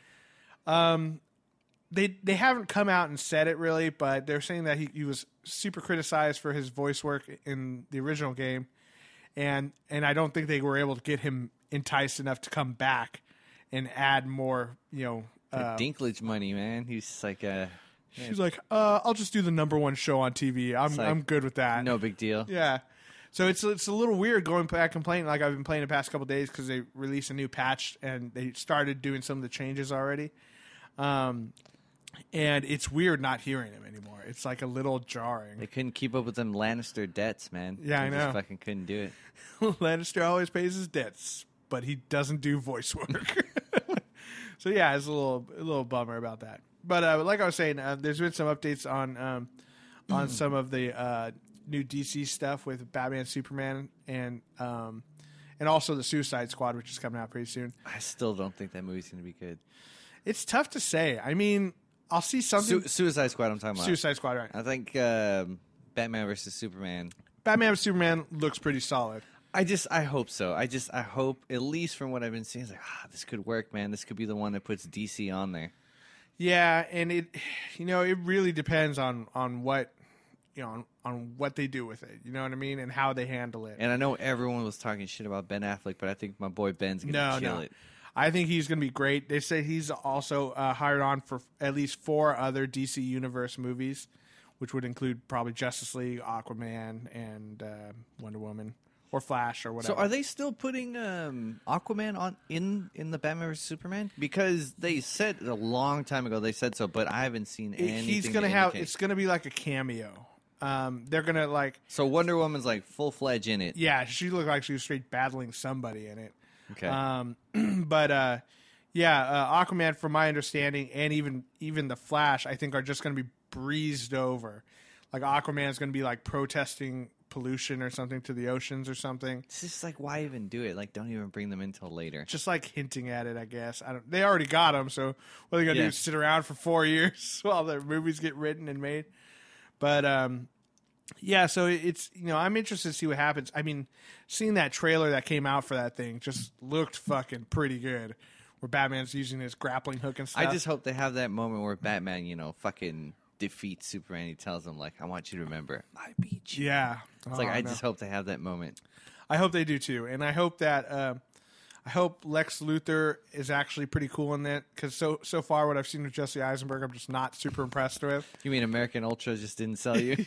Speaker 1: they they haven't come out and said it really, but they're saying that he, he was super criticized for his voice work in the original game, and and I don't think they were able to get him enticed enough to come back and add more. You know, uh,
Speaker 2: Dinklage money, man. He's just like a
Speaker 1: she's like, uh, I'll just do the number one show on TV. I'm
Speaker 2: like,
Speaker 1: I'm good with that.
Speaker 2: no big deal.
Speaker 1: Yeah. So it's it's a little weird going back and playing like I've been playing the past couple days because they released a new patch and they started doing some of the changes already, um, and it's weird not hearing him anymore. It's like a little jarring.
Speaker 2: They couldn't keep up with them Lannister debts, man.
Speaker 1: Yeah,
Speaker 2: they
Speaker 1: I know.
Speaker 2: Just fucking couldn't do it.
Speaker 1: Lannister always pays his debts, but he doesn't do voice work. so yeah, it's a little a little bummer about that. But uh, like I was saying, uh, there's been some updates on um, on some of the uh, new DC stuff with Batman, Superman, and um, and also the Suicide Squad, which is coming out pretty soon.
Speaker 2: I still don't think that movie's gonna be good.
Speaker 1: It's tough to say. I mean, I'll see something.
Speaker 2: Su- Suicide Squad. I'm talking about.
Speaker 1: Suicide Squad, right?
Speaker 2: I think um, Batman versus Superman.
Speaker 1: Batman, Superman looks pretty solid.
Speaker 2: I just, I hope so. I just, I hope, at least from what I've been seeing, it's like, ah, this could work, man. This could be the one that puts DC on there.
Speaker 1: Yeah, and it, you know, it really depends on on what, you know, on, on what they do with it. You know what I mean, and how they handle it.
Speaker 2: And I know everyone was talking shit about Ben Affleck, but I think my boy Ben's gonna
Speaker 1: no,
Speaker 2: kill
Speaker 1: no,
Speaker 2: it.
Speaker 1: I think he's going to be great. They say he's also uh, hired on for at least four other DC Universe movies, which would include probably Justice League, Aquaman, and uh, Wonder Woman, or Flash, or whatever.
Speaker 2: So are they still putting um, Aquaman on in in the Batman vs Superman? Because they said a long time ago they said so, but I haven't seen
Speaker 1: It-
Speaker 2: anything.
Speaker 1: he's going to
Speaker 2: to
Speaker 1: have.
Speaker 2: indicate.
Speaker 1: It's going to be like a cameo. Um, they're going to like.
Speaker 2: so Wonder Woman's like full fledged in it.
Speaker 1: Yeah, she looked like she was straight battling somebody in it.
Speaker 2: Okay.
Speaker 1: Um, but uh, yeah, uh, Aquaman, from my understanding, and even even the Flash, I think are just going to be breezed over. Like Aquaman's going to be like protesting pollution or something to the oceans or something.
Speaker 2: it's just like why even do it? Like don't even bring them in till later.
Speaker 1: Just like hinting at it, I guess. I don't. They already got him, so what are they going to
Speaker 2: Yeah.
Speaker 1: do? Sit around for four years while their movies get written and made? But um, yeah, so it's you know I'm interested to see what happens. I mean, seeing that trailer that came out for that thing just looked fucking pretty good, where Batman's using his grappling hook and stuff.
Speaker 2: I just hope they have that moment where Batman, you know, fucking defeats Superman. He tells him like, "I want you to remember, I beat you."
Speaker 1: yeah,
Speaker 2: It's
Speaker 1: Oh,
Speaker 2: like I just hope they have that moment.
Speaker 1: I hope they do too, and I hope that uh, I hope Lex Luthor is actually pretty cool in that because so so far what I've seen with Jesse Eisenberg, I'm just not super impressed with.
Speaker 2: You mean American Ultra just didn't sell you?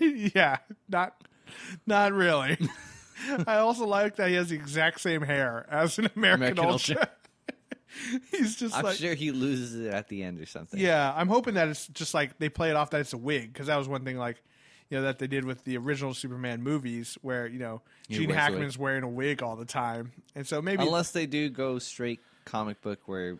Speaker 1: yeah, not not really. I also like that he has the exact same hair as an American,
Speaker 2: American
Speaker 1: Ultra.
Speaker 2: Ultra.
Speaker 1: He's just
Speaker 2: I'm
Speaker 1: like,
Speaker 2: sure he loses it at the end or something.
Speaker 1: yeah. I'm hoping that it's just like they play it off that it's a wig because that was one thing like you know that they did with the original Superman movies where you know
Speaker 2: He
Speaker 1: Gene
Speaker 2: wears a wig.
Speaker 1: Hackman's wearing a wig all the time, and so maybe
Speaker 2: unless they do go straight comic book where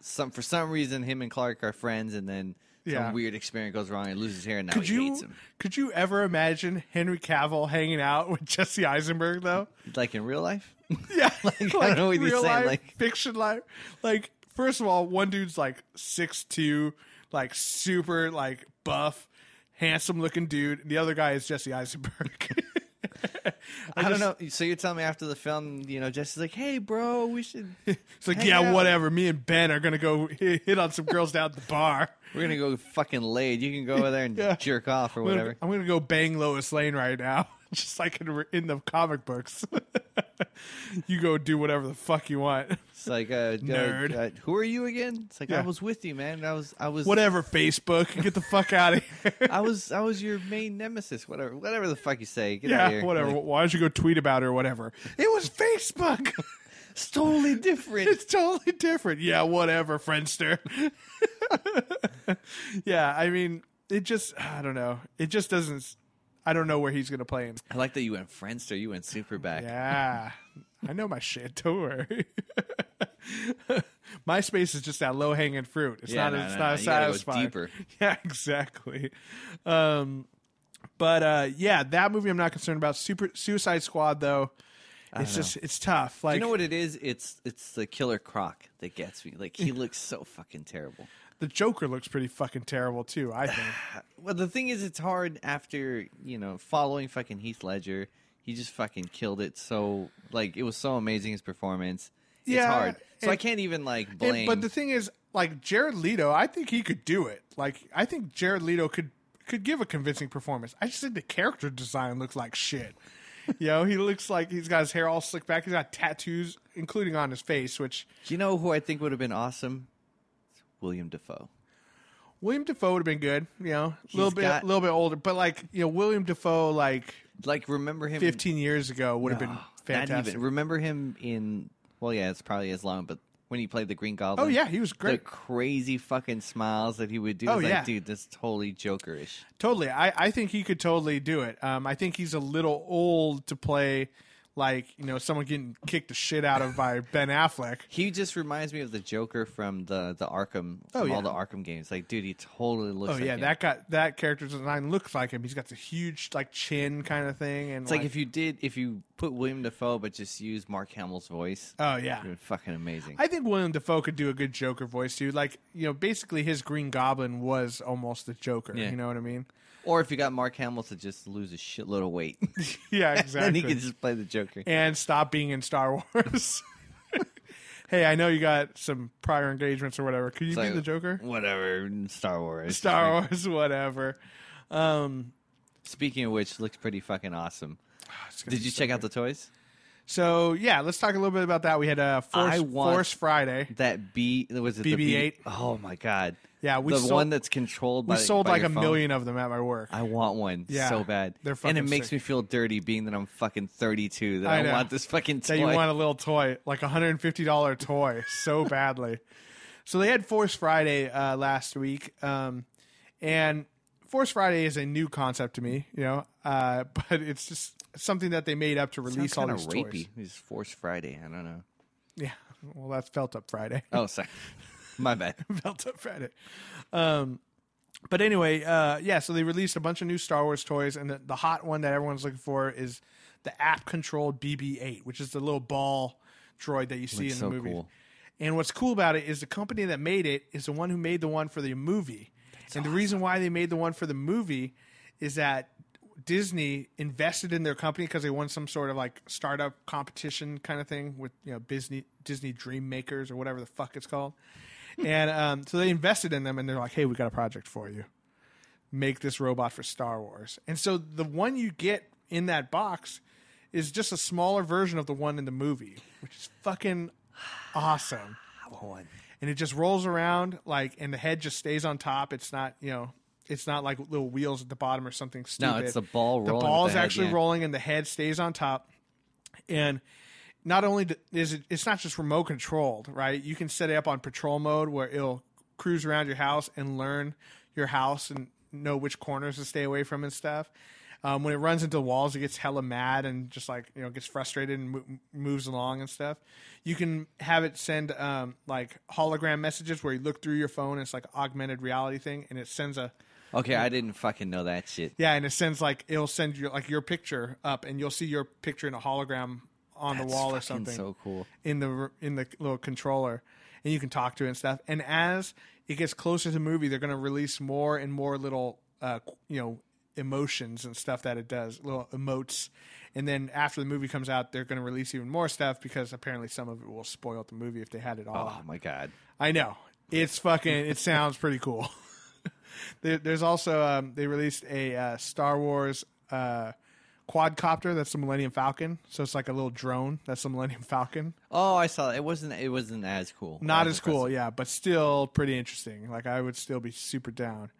Speaker 2: some for some reason him and Clark are friends and then
Speaker 1: Yeah.
Speaker 2: some weird experiment goes wrong and loses hair and now
Speaker 1: could
Speaker 2: he
Speaker 1: you
Speaker 2: hates him.
Speaker 1: could you ever imagine Henry Cavill hanging out with Jesse Eisenberg though?
Speaker 2: Like in real life?
Speaker 1: Yeah, like,
Speaker 2: don't know what he's
Speaker 1: real
Speaker 2: saying,
Speaker 1: life,
Speaker 2: like-
Speaker 1: fiction life. Like, first of all, one dude's like six two, like super like buff, handsome looking dude. The other guy is Jesse Eisenberg.
Speaker 2: I, don't know. So you're telling me after the film, you know, Jesse's like, "Hey, bro, we should."
Speaker 1: It's like,
Speaker 2: Hang
Speaker 1: yeah,
Speaker 2: out.
Speaker 1: whatever. Me and Ben are gonna go hit, hit on some girls down at the bar.
Speaker 2: We're gonna go fucking laid. You can go over there and
Speaker 1: Yeah.
Speaker 2: jerk off or
Speaker 1: I'm gonna-
Speaker 2: whatever.
Speaker 1: I'm gonna go bang Lois Lane right now, just like in, in the comic books. you go do whatever the fuck you want,
Speaker 2: It's like, uh, uh,
Speaker 1: Nerd.
Speaker 2: uh, who are you again? It's like
Speaker 1: Yeah.
Speaker 2: I was with you, man. I was, I was,
Speaker 1: whatever. Facebook, get the fuck out of here.
Speaker 2: I was, I was your main nemesis. Whatever, whatever the fuck you say. Get out of
Speaker 1: yeah,
Speaker 2: here.
Speaker 1: whatever.
Speaker 2: Like,
Speaker 1: Why don't you go tweet about it or whatever? It was Facebook.
Speaker 2: it's totally different.
Speaker 1: it's totally different. Yeah, whatever, Friendster. yeah, I mean, it just, I don't know. It just doesn't. I don't know where he's gonna play in.
Speaker 2: I like that you went Friendster. You went Superback.
Speaker 1: Yeah, I know my shit. Don't worry. MySpace is just that low hanging fruit. It's
Speaker 2: Yeah,
Speaker 1: not.
Speaker 2: no,
Speaker 1: it's
Speaker 2: no,
Speaker 1: not
Speaker 2: no. You gotta go
Speaker 1: satisfying.
Speaker 2: deeper.
Speaker 1: Yeah, exactly. Um, but uh, yeah, that movie I'm not concerned about. Super Suicide Squad though, it's just it's tough. Like
Speaker 2: you know what it is? It's it's the Killer Croc that gets me. Like he looks so fucking terrible.
Speaker 1: the Joker looks pretty fucking terrible too. I think.
Speaker 2: Well, the thing is, it's hard after you know following fucking Heath Ledger. He just fucking killed it. So like it was so amazing his performance.
Speaker 1: Yeah,
Speaker 2: it's hard. So I
Speaker 1: and-
Speaker 2: can't even like
Speaker 1: And-
Speaker 2: blame.
Speaker 1: but the thing is, like Jared Leto, I think he could do it. Like I think Jared Leto could could give a convincing performance. I just think the character design looks like shit. you know, he looks like he's got his hair all slicked back. He's got tattoos, including on his face. Which
Speaker 2: you know who I think would have been awesome? William Defoe.
Speaker 1: William Defoe would have been good. You know, a little bit,
Speaker 2: got-
Speaker 1: a little bit older, but like you know, William Defoe, like
Speaker 2: Like remember him?
Speaker 1: fifteen years ago, would have been
Speaker 2: Not
Speaker 1: fantastic.
Speaker 2: even. Remember him in? Well, yeah, it's probably as long, but when he played the Green Goblin.
Speaker 1: Oh, yeah, he was great.
Speaker 2: The crazy fucking smiles that he would do.
Speaker 1: Oh,
Speaker 2: It's like,
Speaker 1: yeah.
Speaker 2: dude, that's totally Jokerish.
Speaker 1: Totally. I, I think he could totally do it. Um, I think he's a little old to play like, you know, someone getting kicked the shit out of by Ben Affleck.
Speaker 2: He just reminds me of the Joker from the the Arkham,
Speaker 1: Oh,
Speaker 2: from
Speaker 1: yeah.
Speaker 2: all the Arkham games. Like, dude, he totally looks.
Speaker 1: Oh
Speaker 2: like
Speaker 1: yeah,
Speaker 2: him.
Speaker 1: that got that character design looks like him. He's got the huge like chin kind of thing and
Speaker 2: It's like if you did if you put William Defoe but just use Mark Hamill's voice.
Speaker 1: Oh yeah.
Speaker 2: it'd been fucking amazing.
Speaker 1: I think William Defoe could do a good Joker voice too. Like, you know, basically his Green Goblin was almost the Joker.
Speaker 2: Yeah.
Speaker 1: You know what I mean?
Speaker 2: or if you got Mark Hamill to just lose a shitload of weight,
Speaker 1: Yeah, exactly.
Speaker 2: then he could just play the Joker.
Speaker 1: and stop being in Star Wars. hey, I know you got some prior engagements or whatever. Could you
Speaker 2: It's
Speaker 1: be
Speaker 2: like,
Speaker 1: the Joker?
Speaker 2: Whatever, Star Wars.
Speaker 1: Star Wars, whatever. Um,
Speaker 2: Speaking of which, looks pretty fucking awesome. Did you check out the toys?
Speaker 1: so yeah, let's talk a little bit about that. We had a Force,
Speaker 2: I want-
Speaker 1: Force Friday.
Speaker 2: That B was it the
Speaker 1: BB-8?
Speaker 2: Oh my god!
Speaker 1: Yeah, we
Speaker 2: the
Speaker 1: sold-
Speaker 2: one that's controlled.
Speaker 1: We
Speaker 2: by
Speaker 1: sold
Speaker 2: by
Speaker 1: like
Speaker 2: your
Speaker 1: a
Speaker 2: phone.
Speaker 1: million of them at my work.
Speaker 2: I want one
Speaker 1: Yeah,
Speaker 2: so bad.
Speaker 1: they're
Speaker 2: and
Speaker 1: fucking
Speaker 2: it makes
Speaker 1: sick.
Speaker 2: me feel dirty being that I'm fucking 32 that
Speaker 1: I
Speaker 2: I,
Speaker 1: know.
Speaker 2: want this fucking toy.
Speaker 1: That you want a little toy, like a hundred and fifty dollar toy, so badly. So they had Force Friday uh, last week, um, and Force Friday is a new concept to me, you know, uh, but it's just something that they made up to
Speaker 2: Sounds
Speaker 1: release all
Speaker 2: kind
Speaker 1: these
Speaker 2: of rapey.
Speaker 1: toys.
Speaker 2: It's Force Friday. I don't know.
Speaker 1: Yeah, well, that's Felt Up Friday.
Speaker 2: Oh, sorry. My bad.
Speaker 1: Belt up Friday. Um, but anyway, uh, yeah, so they released a bunch of new Star Wars toys, and the, the hot one that everyone's looking for is the app controlled BB 8, which is the little ball droid that you see
Speaker 2: Looks
Speaker 1: in the
Speaker 2: so
Speaker 1: movie.
Speaker 2: cool.
Speaker 1: And what's cool about it is the company that made it is the one who made the one for the movie. and the reason why they made the one for the movie is that Disney invested in their company because they won some sort of like startup competition kind of thing with you know Disney Disney Dream Makers or whatever the fuck it's called. and um, so they invested in them, and they're like, "Hey, we got a project for you. Make this robot for Star Wars." And so the one you get in that box is just a smaller version of the one in the movie, which is fucking awesome and it just rolls around like and the head just stays on top it's not you know it's not like little wheels at the bottom or something stupid
Speaker 2: it's the ball rolling
Speaker 1: the
Speaker 2: with
Speaker 1: ball's
Speaker 2: the head,
Speaker 1: actually
Speaker 2: yeah.
Speaker 1: rolling and the head stays on top and not only d- is it it's not just remote controlled right you can set it up on patrol mode where it'll cruise around your house and learn your house and know which corners to stay away from and stuff um, when it runs into walls it gets hella mad and just like you know gets frustrated and mo- moves along and stuff you can have it send um, like hologram messages where you look through your phone and it's like augmented reality thing and it sends a
Speaker 2: Okay, I didn't fucking know that shit.
Speaker 1: yeah, and it sends like it'll send your like your picture up, and you'll see your picture in a hologram on the
Speaker 2: That's
Speaker 1: wall or
Speaker 2: fucking
Speaker 1: something.
Speaker 2: so cool.
Speaker 1: In the in the little controller, and you can talk to it and stuff. And as it gets closer to the movie, they're going to release more and more little uh, qu- you know emotions and stuff that it does, little emotes. And then after the movie comes out, they're going to release even more stuff because apparently some of it will spoil the movie if they had it all.
Speaker 2: Oh my god.
Speaker 1: I know it's fucking. It sounds pretty cool. there, there's also um, they released a uh, Star Wars uh, quadcopter that's the Millennium Falcon. So it's like a little drone that's the Millennium Falcon.
Speaker 2: Oh, I saw that. it. wasn't It wasn't as cool.
Speaker 1: Not
Speaker 2: as
Speaker 1: as cool,
Speaker 2: impressive.
Speaker 1: yeah, but still pretty interesting. Like I would still be super down.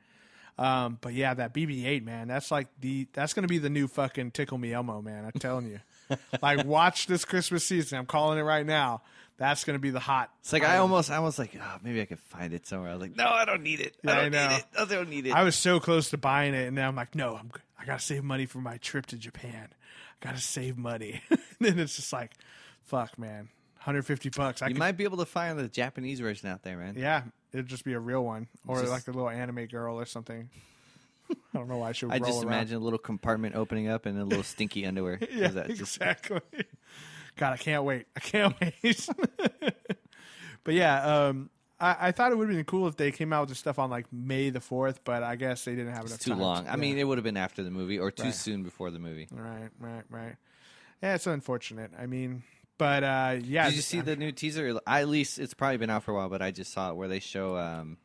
Speaker 1: Um, but yeah, that BB-8 man, that's like the that's gonna be the new fucking tickle me Elmo man. I'm telling you, like watch this Christmas season. I'm calling it right now. That's gonna be the hot.
Speaker 2: It's like I almost, I almost like, oh, maybe I could find it somewhere. I was like, no, I don't need it.
Speaker 1: Yeah,
Speaker 2: I
Speaker 1: I
Speaker 2: don't
Speaker 1: know.
Speaker 2: need it. I don't need it.
Speaker 1: I was so close to buying it, and then I'm like, no, I'm g- I gotta save money for my trip to Japan. I gotta save money. and then it's just like, fuck, man, 150 bucks. I
Speaker 2: you
Speaker 1: could,
Speaker 2: might be able to find the Japanese version out there, man.
Speaker 1: yeah, it'd just be a real one, or
Speaker 2: Just-
Speaker 1: like a little anime girl or something. I don't know why I should.
Speaker 2: I
Speaker 1: roll
Speaker 2: just
Speaker 1: around.
Speaker 2: imagine a little compartment opening up and a little stinky underwear.
Speaker 1: Yeah,
Speaker 2: Is that just-
Speaker 1: exactly. God, I can't wait. I can't wait. but yeah, um, I, I thought it would have been cool if they came out with this stuff on like May the fourth, but I guess they didn't have enough
Speaker 2: it's too
Speaker 1: time.
Speaker 2: long. I
Speaker 1: Yeah.
Speaker 2: mean, it would have been after the movie or too
Speaker 1: Right.
Speaker 2: soon before the movie.
Speaker 1: Right, right, right. Yeah, it's unfortunate. I mean, but uh, yeah.
Speaker 2: Did you see the new teaser? I, at least it's probably been out for a while, but I just saw it where they show, um,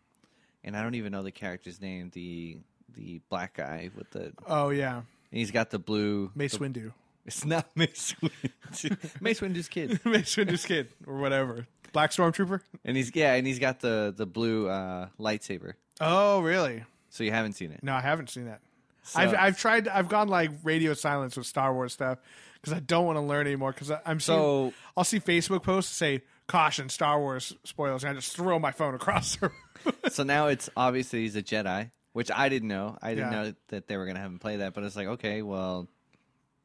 Speaker 2: and I don't even know the character's name. The the black guy with the and
Speaker 1: Oh yeah,
Speaker 2: he's got the blue.
Speaker 1: Mace Windu,
Speaker 2: It's not Mace Windu. Mace Windu's kid,
Speaker 1: Mace Windu's kid, or whatever. Black Stormtrooper.
Speaker 2: and he's yeah, and he's got the the blue uh, lightsaber.
Speaker 1: Oh really?
Speaker 2: So you haven't seen it.
Speaker 1: No, I haven't seen that.
Speaker 2: So-
Speaker 1: I've I've tried. I've gone like radio silence with Star Wars stuff because I don't want to learn anymore. Because I'm
Speaker 2: So-
Speaker 1: seeing- I'll see Facebook posts that say caution Star Wars spoilers, and I just throw my phone across the room.
Speaker 2: so now it's obvious that he's a Jedi, which I didn't know. I didn't
Speaker 1: Yeah.
Speaker 2: know that they were gonna have him play that. But it's like, okay, well,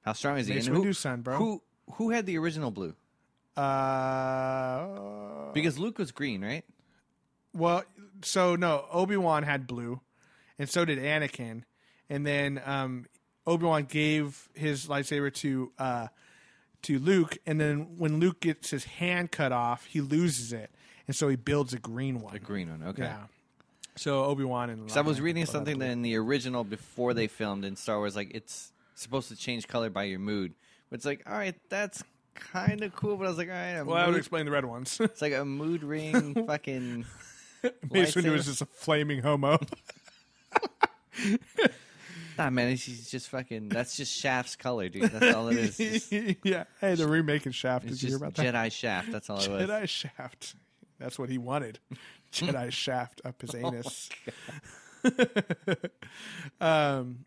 Speaker 2: how strong is he?
Speaker 1: Mace
Speaker 2: And who,
Speaker 1: Windu's son, bro.
Speaker 2: Who who had the original blue?
Speaker 1: uh,
Speaker 2: Because Luke was green, right?
Speaker 1: Well, so no, Obi Wan had blue, and so did Anakin, and then um, Obi Wan gave his lightsaber to uh, to Luke, and then when Luke gets his hand cut off, he loses it, and so he builds a green one.
Speaker 2: The green one. Okay.
Speaker 1: Yeah. So Obi Wan and
Speaker 2: So I was
Speaker 1: Leia
Speaker 2: reading
Speaker 1: both had
Speaker 2: something
Speaker 1: blue.
Speaker 2: that in the original before they filmed in Star Wars, like it's supposed to change color by your mood. But it's like, all right, that's kind of cool. But I was like, all right, a
Speaker 1: Well, I would
Speaker 2: mood-
Speaker 1: explain the red ones.
Speaker 2: it's like a mood ring, fucking.
Speaker 1: Mace Windu
Speaker 2: lightsaber.
Speaker 1: was just a flaming homo.
Speaker 2: Nah, man, she's just fucking. That's just Shaft's color, dude. That's all it is. It's,
Speaker 1: yeah. Hey, they're remaking Shaft.
Speaker 2: it's
Speaker 1: Did you hear
Speaker 2: just
Speaker 1: about that?
Speaker 2: Jedi Shaft. That's all it was.
Speaker 1: Jedi shaft. That's what he wanted. Jedi shaft up
Speaker 2: Oh
Speaker 1: his anus. um,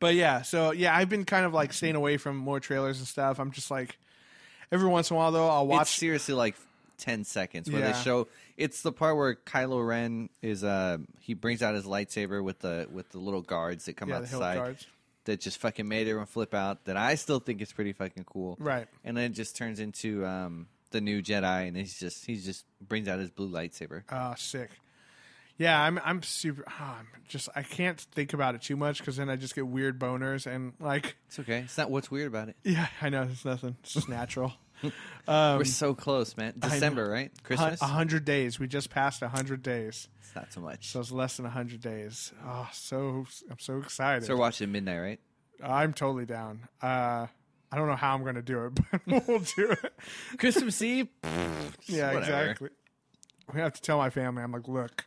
Speaker 1: but yeah, so yeah, I've been kind of like staying away from more trailers and stuff. I'm just like, every once in a while though, I'll
Speaker 2: It's
Speaker 1: watch.
Speaker 2: seriously like ten seconds where they
Speaker 1: Yeah.
Speaker 2: show. It's the part where Kylo Ren is. Uh, he brings out his lightsaber with the with the little guards that come
Speaker 1: Yeah, the hilt
Speaker 2: outside.
Speaker 1: guards.
Speaker 2: That just fucking made everyone flip out. That I still think is pretty fucking cool.
Speaker 1: Right.
Speaker 2: And then it just turns into um, the new Jedi, and he's just he's just brings out his blue lightsaber.
Speaker 1: Oh, sick. Yeah, I'm. I'm super. ah, I'm just. I can't think about it too much because then I just get weird boners and like.
Speaker 2: It's okay. It's not what's weird about it.
Speaker 1: Yeah, I know it's nothing. It's just natural.
Speaker 2: We're so close, man.
Speaker 1: Um, know. Uh,
Speaker 2: December, right? Christmas.
Speaker 1: A hundred days. We just passed a hundred days.
Speaker 2: It's not so much.
Speaker 1: So it's less than 100 days. Oh, so I'm so excited.
Speaker 2: So we're watching midnight, right?
Speaker 1: I'm totally down. Uh, I don't know how I'm going to do it, but we'll do it.
Speaker 2: Christmas Eve.
Speaker 1: Yeah,
Speaker 2: Whatever.
Speaker 1: exactly. We have to tell my family. I'm like, look,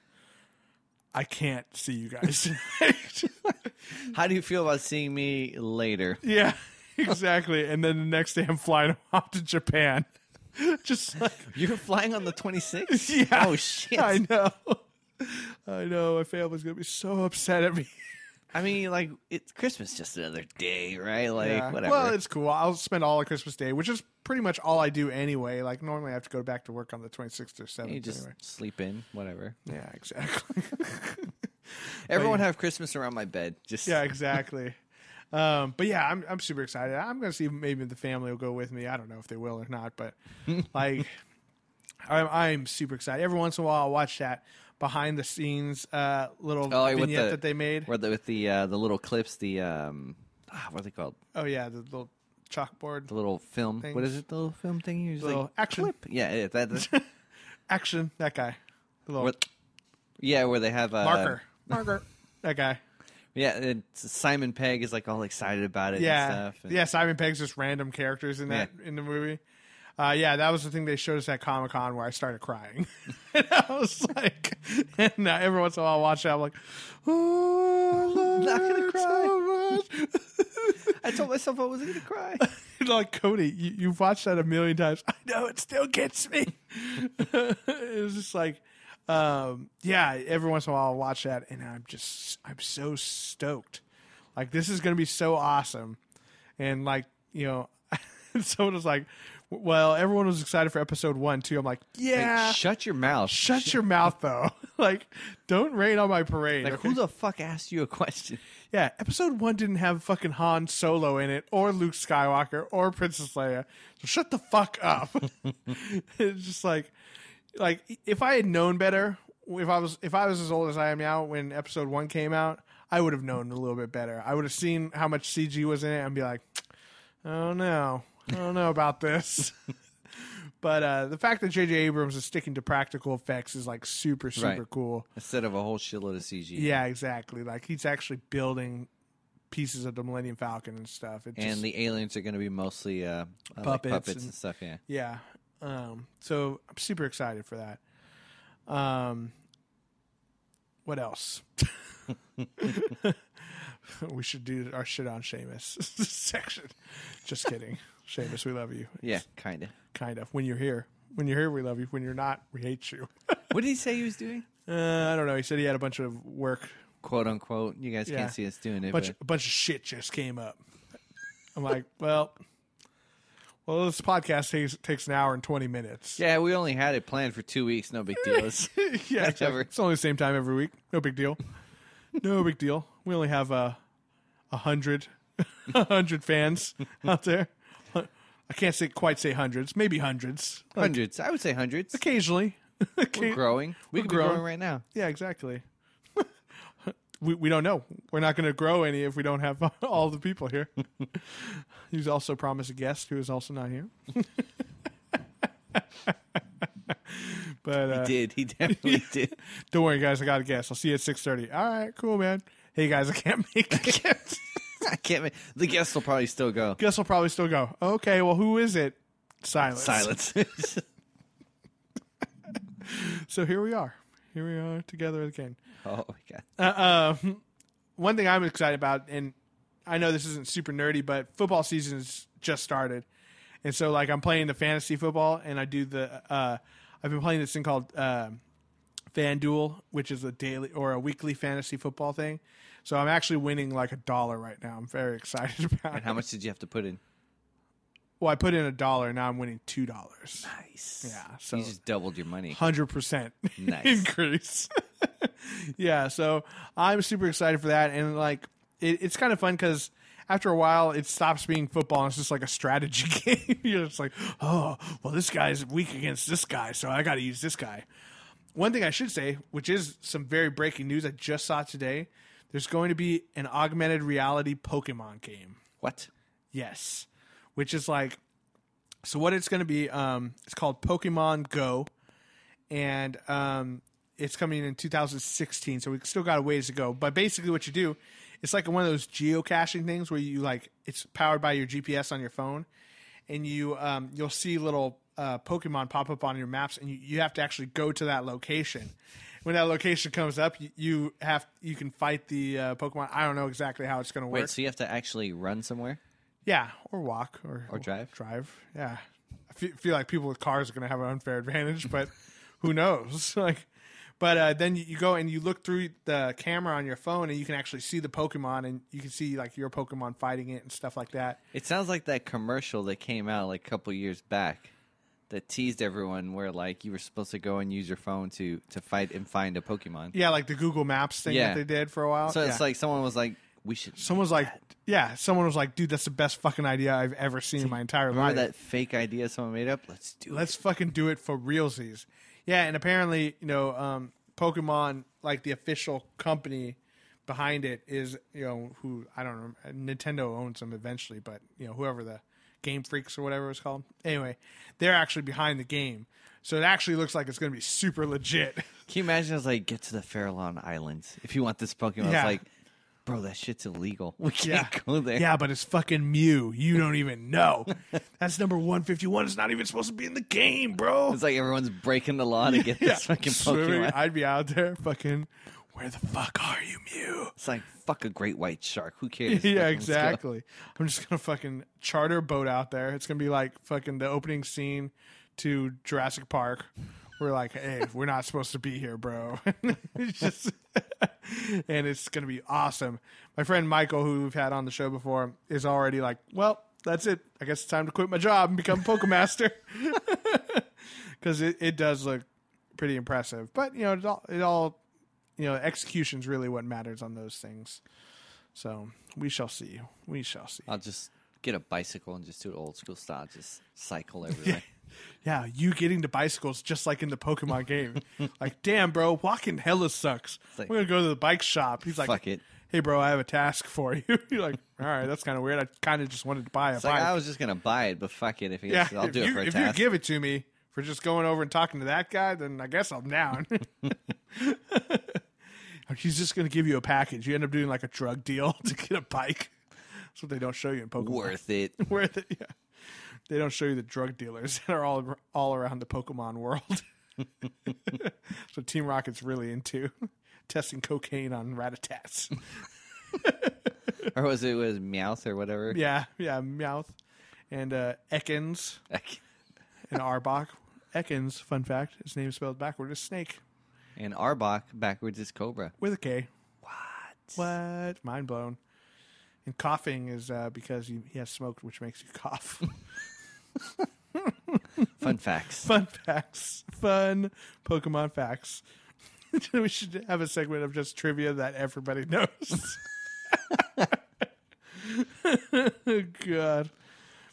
Speaker 1: I can't see you guys.
Speaker 2: How do you feel about seeing me later?
Speaker 1: yeah, exactly. And then the next day, I'm flying off to Japan. Just like,
Speaker 2: You're flying on the 26th?
Speaker 1: yeah.
Speaker 2: Oh, shit.
Speaker 1: I
Speaker 2: I,
Speaker 1: know. I know. My family's going to be so upset at me.
Speaker 2: mean, like, it's Christmas just another day, right? Like,
Speaker 1: Yeah.
Speaker 2: whatever.
Speaker 1: Well, it's cool. I'll spend all of Christmas Day, which is pretty much all I do anyway. Like normally, I have to go back to work on the 26th or 7th.
Speaker 2: you just
Speaker 1: anyway.
Speaker 2: sleep in, whatever.
Speaker 1: Yeah, exactly.
Speaker 2: Everyone have Christmas around my bed. Just
Speaker 1: yeah, exactly. Um, but yeah, I'm I'm super excited. I'm gonna see if maybe the family will go with me. I don't know if they will or not, but like, I'm I'm super excited. Every once in a while, I'll watch that behind the scenes uh, little
Speaker 2: Oh, with
Speaker 1: vignette
Speaker 2: the-
Speaker 1: that they made.
Speaker 2: where the, with the uh, the little clips, the um, ah, what are they called?
Speaker 1: Oh yeah, the little chalkboard
Speaker 2: The little film. What
Speaker 1: Things.
Speaker 2: is it? The little film thing? You just like
Speaker 1: Little action.
Speaker 2: clip. Yeah, yeah, that, that's-
Speaker 1: action. That guy, the little
Speaker 2: what- yeah, where they have uh,
Speaker 1: marker, marker. That guy.
Speaker 2: Yeah, and Simon Pegg is like all excited about it.
Speaker 1: yeah,
Speaker 2: and stuff. and-
Speaker 1: yeah. Simon Pegg's just random characters in that
Speaker 2: Yeah.
Speaker 1: in the movie. Uh, yeah, that was the thing they showed us at Comic Con where I started crying. and I was like, and now every once in a while I watch it, I'm like, oh, I love
Speaker 2: Not gonna
Speaker 1: it so much.
Speaker 2: I told myself I wasn't gonna cry.
Speaker 1: And, like Cody, you, you've watched that a million times. I know it still gets me. it was just like, um, yeah. Every once in a while, I'll watch that, and I'm just, I'm so stoked. Like this is gonna be so awesome, and like you know, someone was like, well, everyone was excited for episode one too. I'm like, yeah,
Speaker 2: Like, shut your mouth.
Speaker 1: shut your mouth though. like, don't rain on my parade.
Speaker 2: Like,
Speaker 1: okay?
Speaker 2: who the fuck asked you a question?
Speaker 1: Yeah, episode one didn't have fucking Han Solo in it, or Luke Skywalker, or Princess Leia. So shut the fuck up. it's just like, like if I had known better, if I was if I was as old as I am now when episode one came out, I would have known a little bit better. I would have seen how much CG was in it and be like, I don't know, I don't know about this. but uh, the fact that J.J. Abrams is sticking to practical effects is like super super
Speaker 2: Right.
Speaker 1: cool.
Speaker 2: Instead of a whole shitload of CG.
Speaker 1: Yeah, exactly. Like he's actually building pieces of the Millennium Falcon and stuff. It
Speaker 2: And
Speaker 1: just,
Speaker 2: the aliens are going to be mostly uh, uh, like
Speaker 1: Puppets
Speaker 2: puppets,
Speaker 1: and-
Speaker 2: and, stuff. Yeah.
Speaker 1: yeah, um, so I'm super excited for that. Um, what else? we should do our shit on Seamus section. Just kidding, Seamus. We love you.
Speaker 2: Yeah, kind of.
Speaker 1: Kind of. When you're here, when you're here, we love you. When you're not, we hate you. uh,
Speaker 2: What did he say he was doing?
Speaker 1: I don't know. He said he had a bunch of work
Speaker 2: Quote unquote. You guys
Speaker 1: Yeah.
Speaker 2: can't see us doing it.
Speaker 1: bunch
Speaker 2: but
Speaker 1: a bunch of shit just came up. I'm like, well, well, this podcast takes takes an hour and twenty minutes.
Speaker 2: yeah, we only had it planned for two weeks. No big deal. It's-
Speaker 1: yeah, it's, like-
Speaker 2: Whatever.
Speaker 1: it's only the same time every week. No big deal. No big deal. We only have uh, a hundred, a hundred fans out there. I can't say quite say hundreds, maybe hundreds,
Speaker 2: hundreds. I would say hundreds.
Speaker 1: occasionally.
Speaker 2: We're growing. We
Speaker 1: We're
Speaker 2: could be growing
Speaker 1: growing.
Speaker 2: right now.
Speaker 1: Yeah, exactly. we we don't know. We're not going to grow any if we don't have all the people here. He's also promised a guest who is also not here. but uh,
Speaker 2: Did he definitely did?
Speaker 1: don't worry, guys. I got a guest. I'll see you at six thirty. All right, cool, man. Hey guys, I can't make it.
Speaker 2: I can't. ma- The guests will probably still go.
Speaker 1: Guess I'll probably still go. Okay, well, who is it? Silence.
Speaker 2: Silence.
Speaker 1: So here we are. Here we are together again.
Speaker 2: oh my god.
Speaker 1: one thing I'm excited about, and I know this isn't super nerdy, but football season's just started, and so like I'm playing the fantasy football, and I do the uh, I've been playing this thing called um FanDuel, which is a daily or a weekly fantasy football thing. So I'm actually winning like a dollar right now. I'm very excited about
Speaker 2: And
Speaker 1: it.
Speaker 2: how much did you have to put in?
Speaker 1: Well, I put in a dollar, now I'm winning two dollars.
Speaker 2: Nice.
Speaker 1: Yeah, so-
Speaker 2: you just doubled your money.
Speaker 1: hundred percent
Speaker 2: Nice.
Speaker 1: increase. yeah, so I'm super excited for that, and like it, it's kind of fun because after a while it stops being football and it's just like a strategy game. You're just like, oh, well, this guy's weak against this guy, so I got to use this guy. One thing I should say, which is some very breaking news I just saw today, there's going to be an augmented reality Pokemon game.
Speaker 2: What?
Speaker 1: Yes. Which is like so what it's going to be um it's called Pokemon Go and um it's coming in 2016 so we still got a ways to go. But basically what you do it's like one of those geocaching things where you like it's powered by your GPS on your phone and you um you'll see little uh, Pokemon pop up on your maps and you, you have to actually go to that location. When that location comes up, you, you have you can fight the uh, Pokemon. I don't know exactly how it's going to work.
Speaker 2: Wait. So you have to actually run somewhere?
Speaker 1: Yeah, or walk, or
Speaker 2: Or drive.
Speaker 1: Drive, yeah. I fe- feel like people with cars are going to have an unfair advantage, but who knows? Like, but uh, then you- you go and you look through the camera on your phone, and you can actually see the Pokemon, and you can see like your Pokemon fighting it and stuff like that.
Speaker 2: It sounds like that commercial that came out like a couple years back that teased everyone where like you were supposed to go and use your phone to to fight and find a Pokemon.
Speaker 1: Yeah, like the Google Maps thing
Speaker 2: Yeah.
Speaker 1: that they did for a while.
Speaker 2: So
Speaker 1: Yeah.
Speaker 2: it's like someone was like, "We should
Speaker 1: someone's like, yeah, someone was like, dude, that's the best fucking idea I've ever seen in my entire life.
Speaker 2: remember that fake idea someone made up. Let's do it."
Speaker 1: let's fucking do it for realsies. Yeah, and apparently, you know, um, Pokemon, like the official company behind it, is you know who I don't know. Nintendo owns them eventually, but you know whoever the Game Freaks or whatever it's called. Anyway, they're actually behind the game, so it actually looks like it's going to be super legit.
Speaker 2: Can you imagine? It's like get to the Farallon Islands if you want this Pokemon.
Speaker 1: Yeah.
Speaker 2: It's like bro, that shit's illegal. We
Speaker 1: Yeah.
Speaker 2: can't go there.
Speaker 1: Yeah, but it's fucking Mew. You don't even know. That's number 151. It's not even supposed to be in the game, bro.
Speaker 2: It's like everyone's breaking the law to get
Speaker 1: Yeah.
Speaker 2: this fucking
Speaker 1: Swimming,
Speaker 2: Pokemon.
Speaker 1: I'd be out there fucking, where the fuck are you, Mew?
Speaker 2: It's like fuck a great white shark. Who cares? Fucking
Speaker 1: yeah,
Speaker 2: let's go.
Speaker 1: exactly. I'm just gonna fucking charter a boat out there. It's gonna be like fucking the opening scene to Jurassic Park. We're like, hey, we're not supposed to be here, bro. it's just, and it's gonna be awesome. My friend Michael, who we've had on the show before, is already like, well, that's it. I guess it's time to quit my job and become Pokemaster because it, it does look pretty impressive. But you know, it all, it all you know, execution's really what matters on those things. So we shall see. We shall see.
Speaker 2: I'll just get a bicycle and just do it old school style. Just cycle everywhere.
Speaker 1: Yeah, you getting to bicycles just like in the Pokemon game. like, damn, bro, walking hella sucks.
Speaker 2: like-
Speaker 1: We're gonna go to the bike shop. He's like,
Speaker 2: Fuck it.
Speaker 1: Hey, bro, I have a task for you. You're like, all right, that's kind of weird. I kind of just wanted to buy a
Speaker 2: It's
Speaker 1: bike.
Speaker 2: like I was just gonna buy it, but fuck it. If it
Speaker 1: yeah,
Speaker 2: I'll
Speaker 1: if
Speaker 2: do
Speaker 1: you,
Speaker 2: it for a
Speaker 1: if you
Speaker 2: task.
Speaker 1: give it to me for just going over and talking to that guy, then I guess I'm down. Or He's just gonna give you a package. You end up doing like a drug deal to get a bike. That's what they don't show you in Pokemon.
Speaker 2: Worth it.
Speaker 1: where the, yeah, they don't show you the drug dealers that are all all around the Pokemon world. so Team Rocket's really into testing cocaine on ratatats.
Speaker 2: Or was it was Meowth or whatever?
Speaker 1: yeah, yeah, Meowth and uh, Ekans
Speaker 2: Like,
Speaker 1: and Arbok. Ekans, fun fact, his name spelled backward is snake
Speaker 2: And Arbok backwards is Cobra.
Speaker 1: with a K. What? What? Mind blown. And coughing is uh, because he, he has smoked, which makes you cough.
Speaker 2: Fun facts.
Speaker 1: fun facts, fun Pokemon facts. we should have a segment of just trivia that everybody knows. God.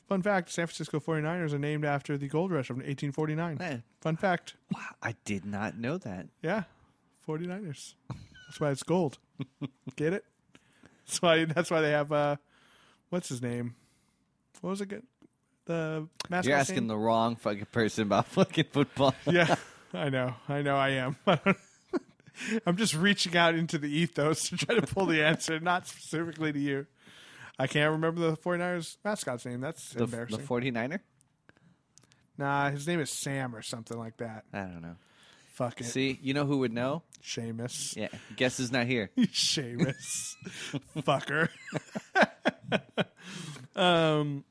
Speaker 1: Fun fact San Francisco 49ers are named after the gold rush of 1849.
Speaker 2: Eh.
Speaker 1: Fun fact.
Speaker 2: Wow, I did not know that.
Speaker 1: Yeah. 49ers. That's why it's gold. Get it? That's why that's why they have uh what's his name? What was it good? The mascot's
Speaker 2: You're asking
Speaker 1: name?
Speaker 2: the wrong fucking person about fucking football.
Speaker 1: Yeah, I know. I know I am. I'm just reaching out into the ethos to try to pull the answer, not specifically to you. I can't remember the 49ers mascot's name. That's
Speaker 2: The, the
Speaker 1: embarrassing.
Speaker 2: 49er?
Speaker 1: nah, his name is Sam or something like that.
Speaker 2: I don't know.
Speaker 1: Fuck it.
Speaker 2: See, you know who would know?
Speaker 1: Seamus.
Speaker 2: Yeah. Guess who's not here?
Speaker 1: Seamus. Fucker. um,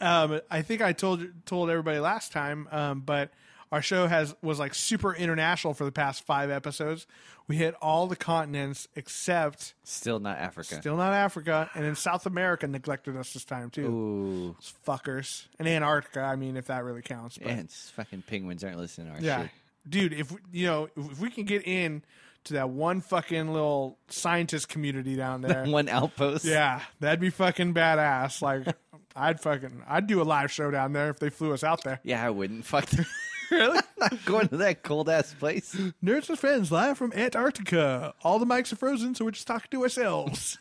Speaker 1: um, I think I told told everybody last time, um, but our show has was like super international for the past five episodes. We hit all the continents except
Speaker 2: Still not Africa.
Speaker 1: still not Africa, and then South America neglected us this time too.
Speaker 2: Ooh.
Speaker 1: Those fuckers. And Antarctica. I mean, if that really counts, but
Speaker 2: And it's fucking penguins aren't listening to our
Speaker 1: yeah,
Speaker 2: shit.
Speaker 1: dude. If we- you know, if, if we can get in to that one fucking little scientist community down there,
Speaker 2: One outpost.
Speaker 1: yeah, that'd be fucking badass. Like, I'd fucking, I'd do a live show down there if they flew us out there.
Speaker 2: Yeah, I wouldn't. Fuck that. really? not going to that cold ass place.
Speaker 1: Nerds and friends live from Antarctica. All the mics are frozen, so we're just talking to ourselves.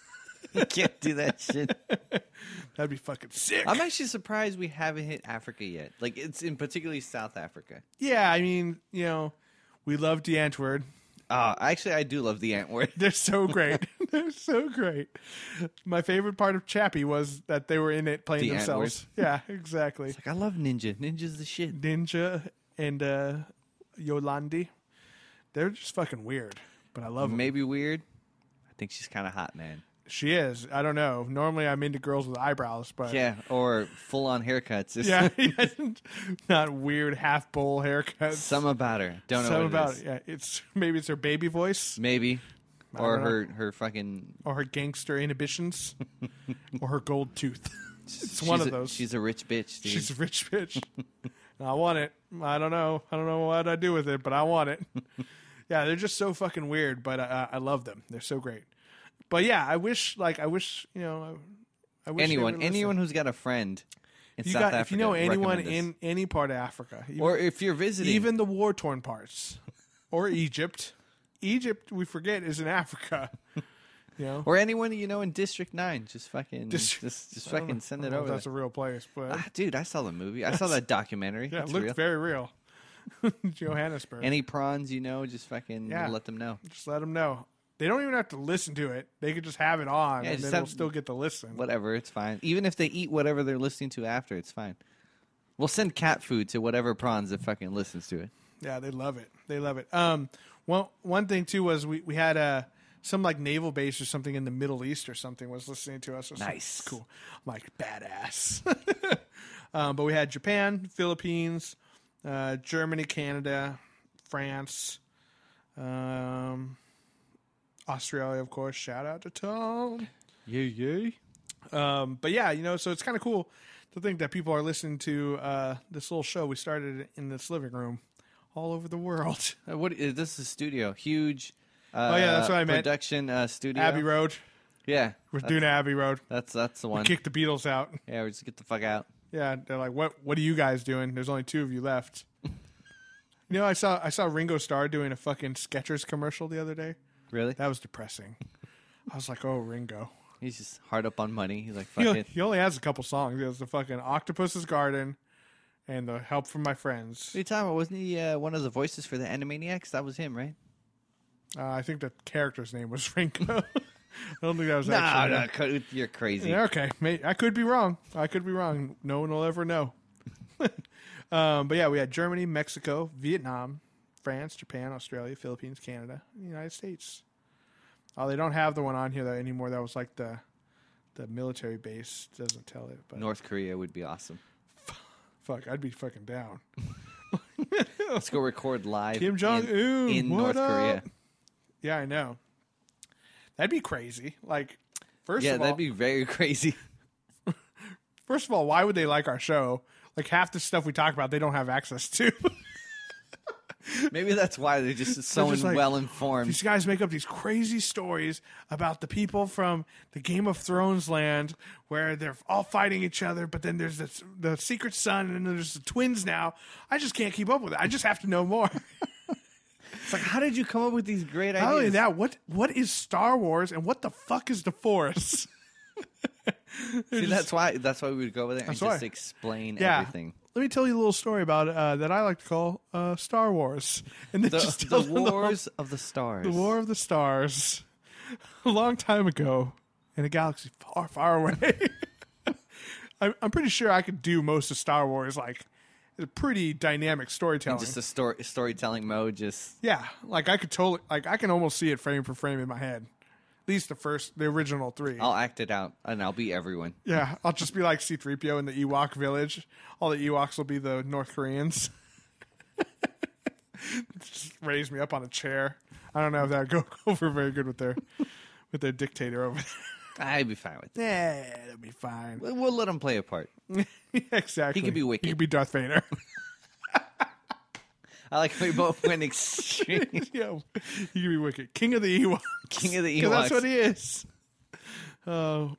Speaker 2: You can't do that shit.
Speaker 1: that'd be fucking sick.
Speaker 2: I'm actually surprised we haven't hit Africa yet. Like it's in particularly South Africa.
Speaker 1: yeah, I mean, you know, we love DeAntword.
Speaker 2: Uh, actually, I do love the Antwerp.
Speaker 1: They're so great. They're so great. My favorite part of Chappie was that they were in it playing
Speaker 2: The
Speaker 1: themselves. Yeah, exactly.
Speaker 2: Like I love Ninja. Ninja's the shit.
Speaker 1: Ninja and uh, Yolandi. They're just fucking weird, but I love them.
Speaker 2: Maybe weird. I think she's kind of hot, man.
Speaker 1: She is. I don't know. Normally, I'm into girls with eyebrows, but
Speaker 2: Yeah, or full on haircuts. There's
Speaker 1: yeah, not weird half bowl haircuts.
Speaker 2: some about her. Don't know
Speaker 1: Some
Speaker 2: what
Speaker 1: about
Speaker 2: it is.
Speaker 1: yeah. It's maybe it's her baby voice
Speaker 2: Maybe, or
Speaker 1: don't know.
Speaker 2: her her fucking.
Speaker 1: or her gangster inhibitions or her gold tooth.
Speaker 2: It's
Speaker 1: one of those.
Speaker 2: She's a rich bitch, dude.
Speaker 1: She's a rich bitch. And I want it. I don't know. I don't know what I do with it, but I want it. yeah, they're just so fucking weird, but I, I love them. They're so great. But yeah, I wish like I wish you know. I, I wish they
Speaker 2: anyone
Speaker 1: would listen.
Speaker 2: anyone who's got a friend in
Speaker 1: you
Speaker 2: South
Speaker 1: got,
Speaker 2: Africa.
Speaker 1: if you know anyone
Speaker 2: recommend us.
Speaker 1: in any part of Africa, even,
Speaker 2: or if you're visiting,
Speaker 1: even the war torn parts, or Egypt. Egypt, we forget, is in Africa. You know,
Speaker 2: or anyone you know in District Nine, just fucking
Speaker 1: District-
Speaker 2: just just
Speaker 1: I don't
Speaker 2: fucking
Speaker 1: know-
Speaker 2: send
Speaker 1: I
Speaker 2: it
Speaker 1: don't know if
Speaker 2: over.
Speaker 1: That's
Speaker 2: there.
Speaker 1: a real place, but
Speaker 2: Ah, dude, I saw the movie. I saw that documentary.
Speaker 1: yeah, it
Speaker 2: It's
Speaker 1: looked
Speaker 2: real.
Speaker 1: very real. Johannesburg.
Speaker 2: Any prawns you know, just fucking
Speaker 1: Yeah.
Speaker 2: let them know.
Speaker 1: Just let them know. They don't even have to listen to it. They could just have it on,
Speaker 2: Yeah,
Speaker 1: and
Speaker 2: just
Speaker 1: then we'll
Speaker 2: have-
Speaker 1: still get to listen.
Speaker 2: Whatever, it's fine. Even if they eat whatever they're listening to after, it's fine. We'll send cat food to whatever prawns that fucking listens to it.
Speaker 1: Yeah, they love it. They love it. Um, one one thing too was we we had uh some like naval base or something in the Middle East or something was listening to us. It was
Speaker 2: Nice.
Speaker 1: cool. I'm like badass. um, but we had Japan, Philippines, uh, Germany, Canada, France, um, Australia, of course. Shout out to Tom.
Speaker 2: Yeah, yeah.
Speaker 1: Um, but yeah, you know, so it's kind of cool to think that people are listening to uh, this little show we started in this living room all over the world.
Speaker 2: Uh, What is this? Is a studio huge? Uh,
Speaker 1: Oh, yeah, that's what I meant.
Speaker 2: Production uh, studio.
Speaker 1: Abbey Road.
Speaker 2: Yeah,
Speaker 1: We're
Speaker 2: that's,
Speaker 1: doing Abbey Road.
Speaker 2: that's that's the one.
Speaker 1: Kick the Beatles out.
Speaker 2: yeah, we just get the fuck out.
Speaker 1: Yeah, they're like, "What? What are you guys doing? There's only two of you left." you know, I saw I saw Ringo Starr doing a fucking Skechers commercial the other day.
Speaker 2: Really?
Speaker 1: That was depressing. I was like, "Oh, Ringo."
Speaker 2: He's just hard up on money. He's like,
Speaker 1: He,
Speaker 2: fuck
Speaker 1: o-
Speaker 2: it.
Speaker 1: he only has a couple songs. He has the fucking Octopus's Garden and the Help from My Friends.
Speaker 2: What are you talking about? Wasn't he uh, one of the voices for the Animaniacs? That was him, right?
Speaker 1: Uh, I think the character's name was Ringo. I don't think that was
Speaker 2: Nah,
Speaker 1: actually.
Speaker 2: nah, co- you're crazy.
Speaker 1: Yeah, okay, may- I could be wrong. I could be wrong. No one will ever know. um, but yeah, we had Germany, Mexico, Vietnam, France, Japan, Australia, Philippines, Canada, and the United States. Oh, they don't have the one on here though anymore. That was like the the military base doesn't tell it. But
Speaker 2: North Korea would be awesome.
Speaker 1: fuck, I'd be fucking down.
Speaker 2: Let's go record live.
Speaker 1: Kim Jong Un,
Speaker 2: in, in
Speaker 1: what
Speaker 2: North Korea.
Speaker 1: up? Yeah, I know. That'd be crazy. Like, first
Speaker 2: Yeah,
Speaker 1: of all,
Speaker 2: that'd be very crazy.
Speaker 1: first of all, why would they like our show? Like half the stuff we talk about, they don't have access to.
Speaker 2: Maybe that's why they're just so
Speaker 1: They're just like,
Speaker 2: well informed.
Speaker 1: These guys make up these crazy stories about the people from the Game of Thrones land where they're all fighting each other, but then there's this, the secret son and then there's the twins now. I just can't keep up with it. I just have to know more.
Speaker 2: It's like, how did you come up with these great ideas?
Speaker 1: Not only that, what what is Star Wars and what the fuck is the Force?
Speaker 2: See, that's why that's why we would go over there and
Speaker 1: That's
Speaker 2: just
Speaker 1: why.
Speaker 2: explain
Speaker 1: Yeah.
Speaker 2: everything.
Speaker 1: Let me tell you a little story about uh, that I like to call uh, Star Wars, and then
Speaker 2: The,
Speaker 1: just
Speaker 2: the
Speaker 1: tell them the whole
Speaker 2: wars of the stars.
Speaker 1: The War of the Stars, a long time ago, in a galaxy far, far away. I'm, I'm pretty sure I could do most of Star Wars. Like, it's a pretty dynamic storytelling.
Speaker 2: just a story storytelling mode. Just
Speaker 1: yeah, like I could totally, like I can almost see it frame for frame in my head. At least the first, the original 3
Speaker 2: I'll act it out and I'll be everyone.
Speaker 1: yeah, I'll just be like C-3PO in the Ewok village. All the Ewoks will be the North Koreans. just raise me up on a chair. I don't know if that would go over very good with their with their dictator over there.
Speaker 2: I'd be fine with that.
Speaker 1: Yeah, that'll be fine.
Speaker 2: We'll- We'll let him play a part.
Speaker 1: exactly.
Speaker 2: He could be wicked.
Speaker 1: He could be Darth Vader.
Speaker 2: I like how we both went extreme.
Speaker 1: yeah, he could be wicked. King of the Ewoks.
Speaker 2: King of the
Speaker 1: 'Cause That's
Speaker 2: Ewoks.
Speaker 1: what he is. Oh,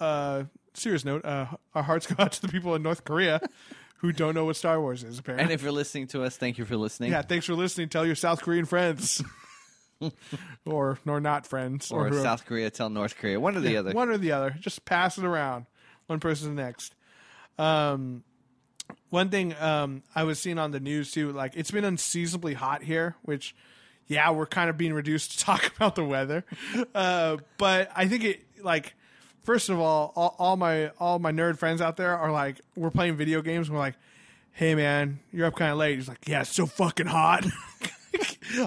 Speaker 1: uh, serious note. Uh, our hearts go out to the people in North Korea who don't know what Star Wars is. Apparently,
Speaker 2: and if you're listening to us, thank you for listening.
Speaker 1: yeah. Thanks for listening. Tell your South Korean friends, or nor not friends,
Speaker 2: or
Speaker 1: whoever.
Speaker 2: South Korea tell North Korea, one or the other.
Speaker 1: One or the other. Just pass it around. One person to the next. Um, one thing um, I was seeing on the news too, like it's been unseasonably hot here, which yeah, we're kind of being reduced to talk about the weather. Uh, but I think it like first of all, all, all my all my nerd friends out there are like we're playing video games. And we're like, hey man, you're up kind of late. He's like, yeah, it's so fucking hot.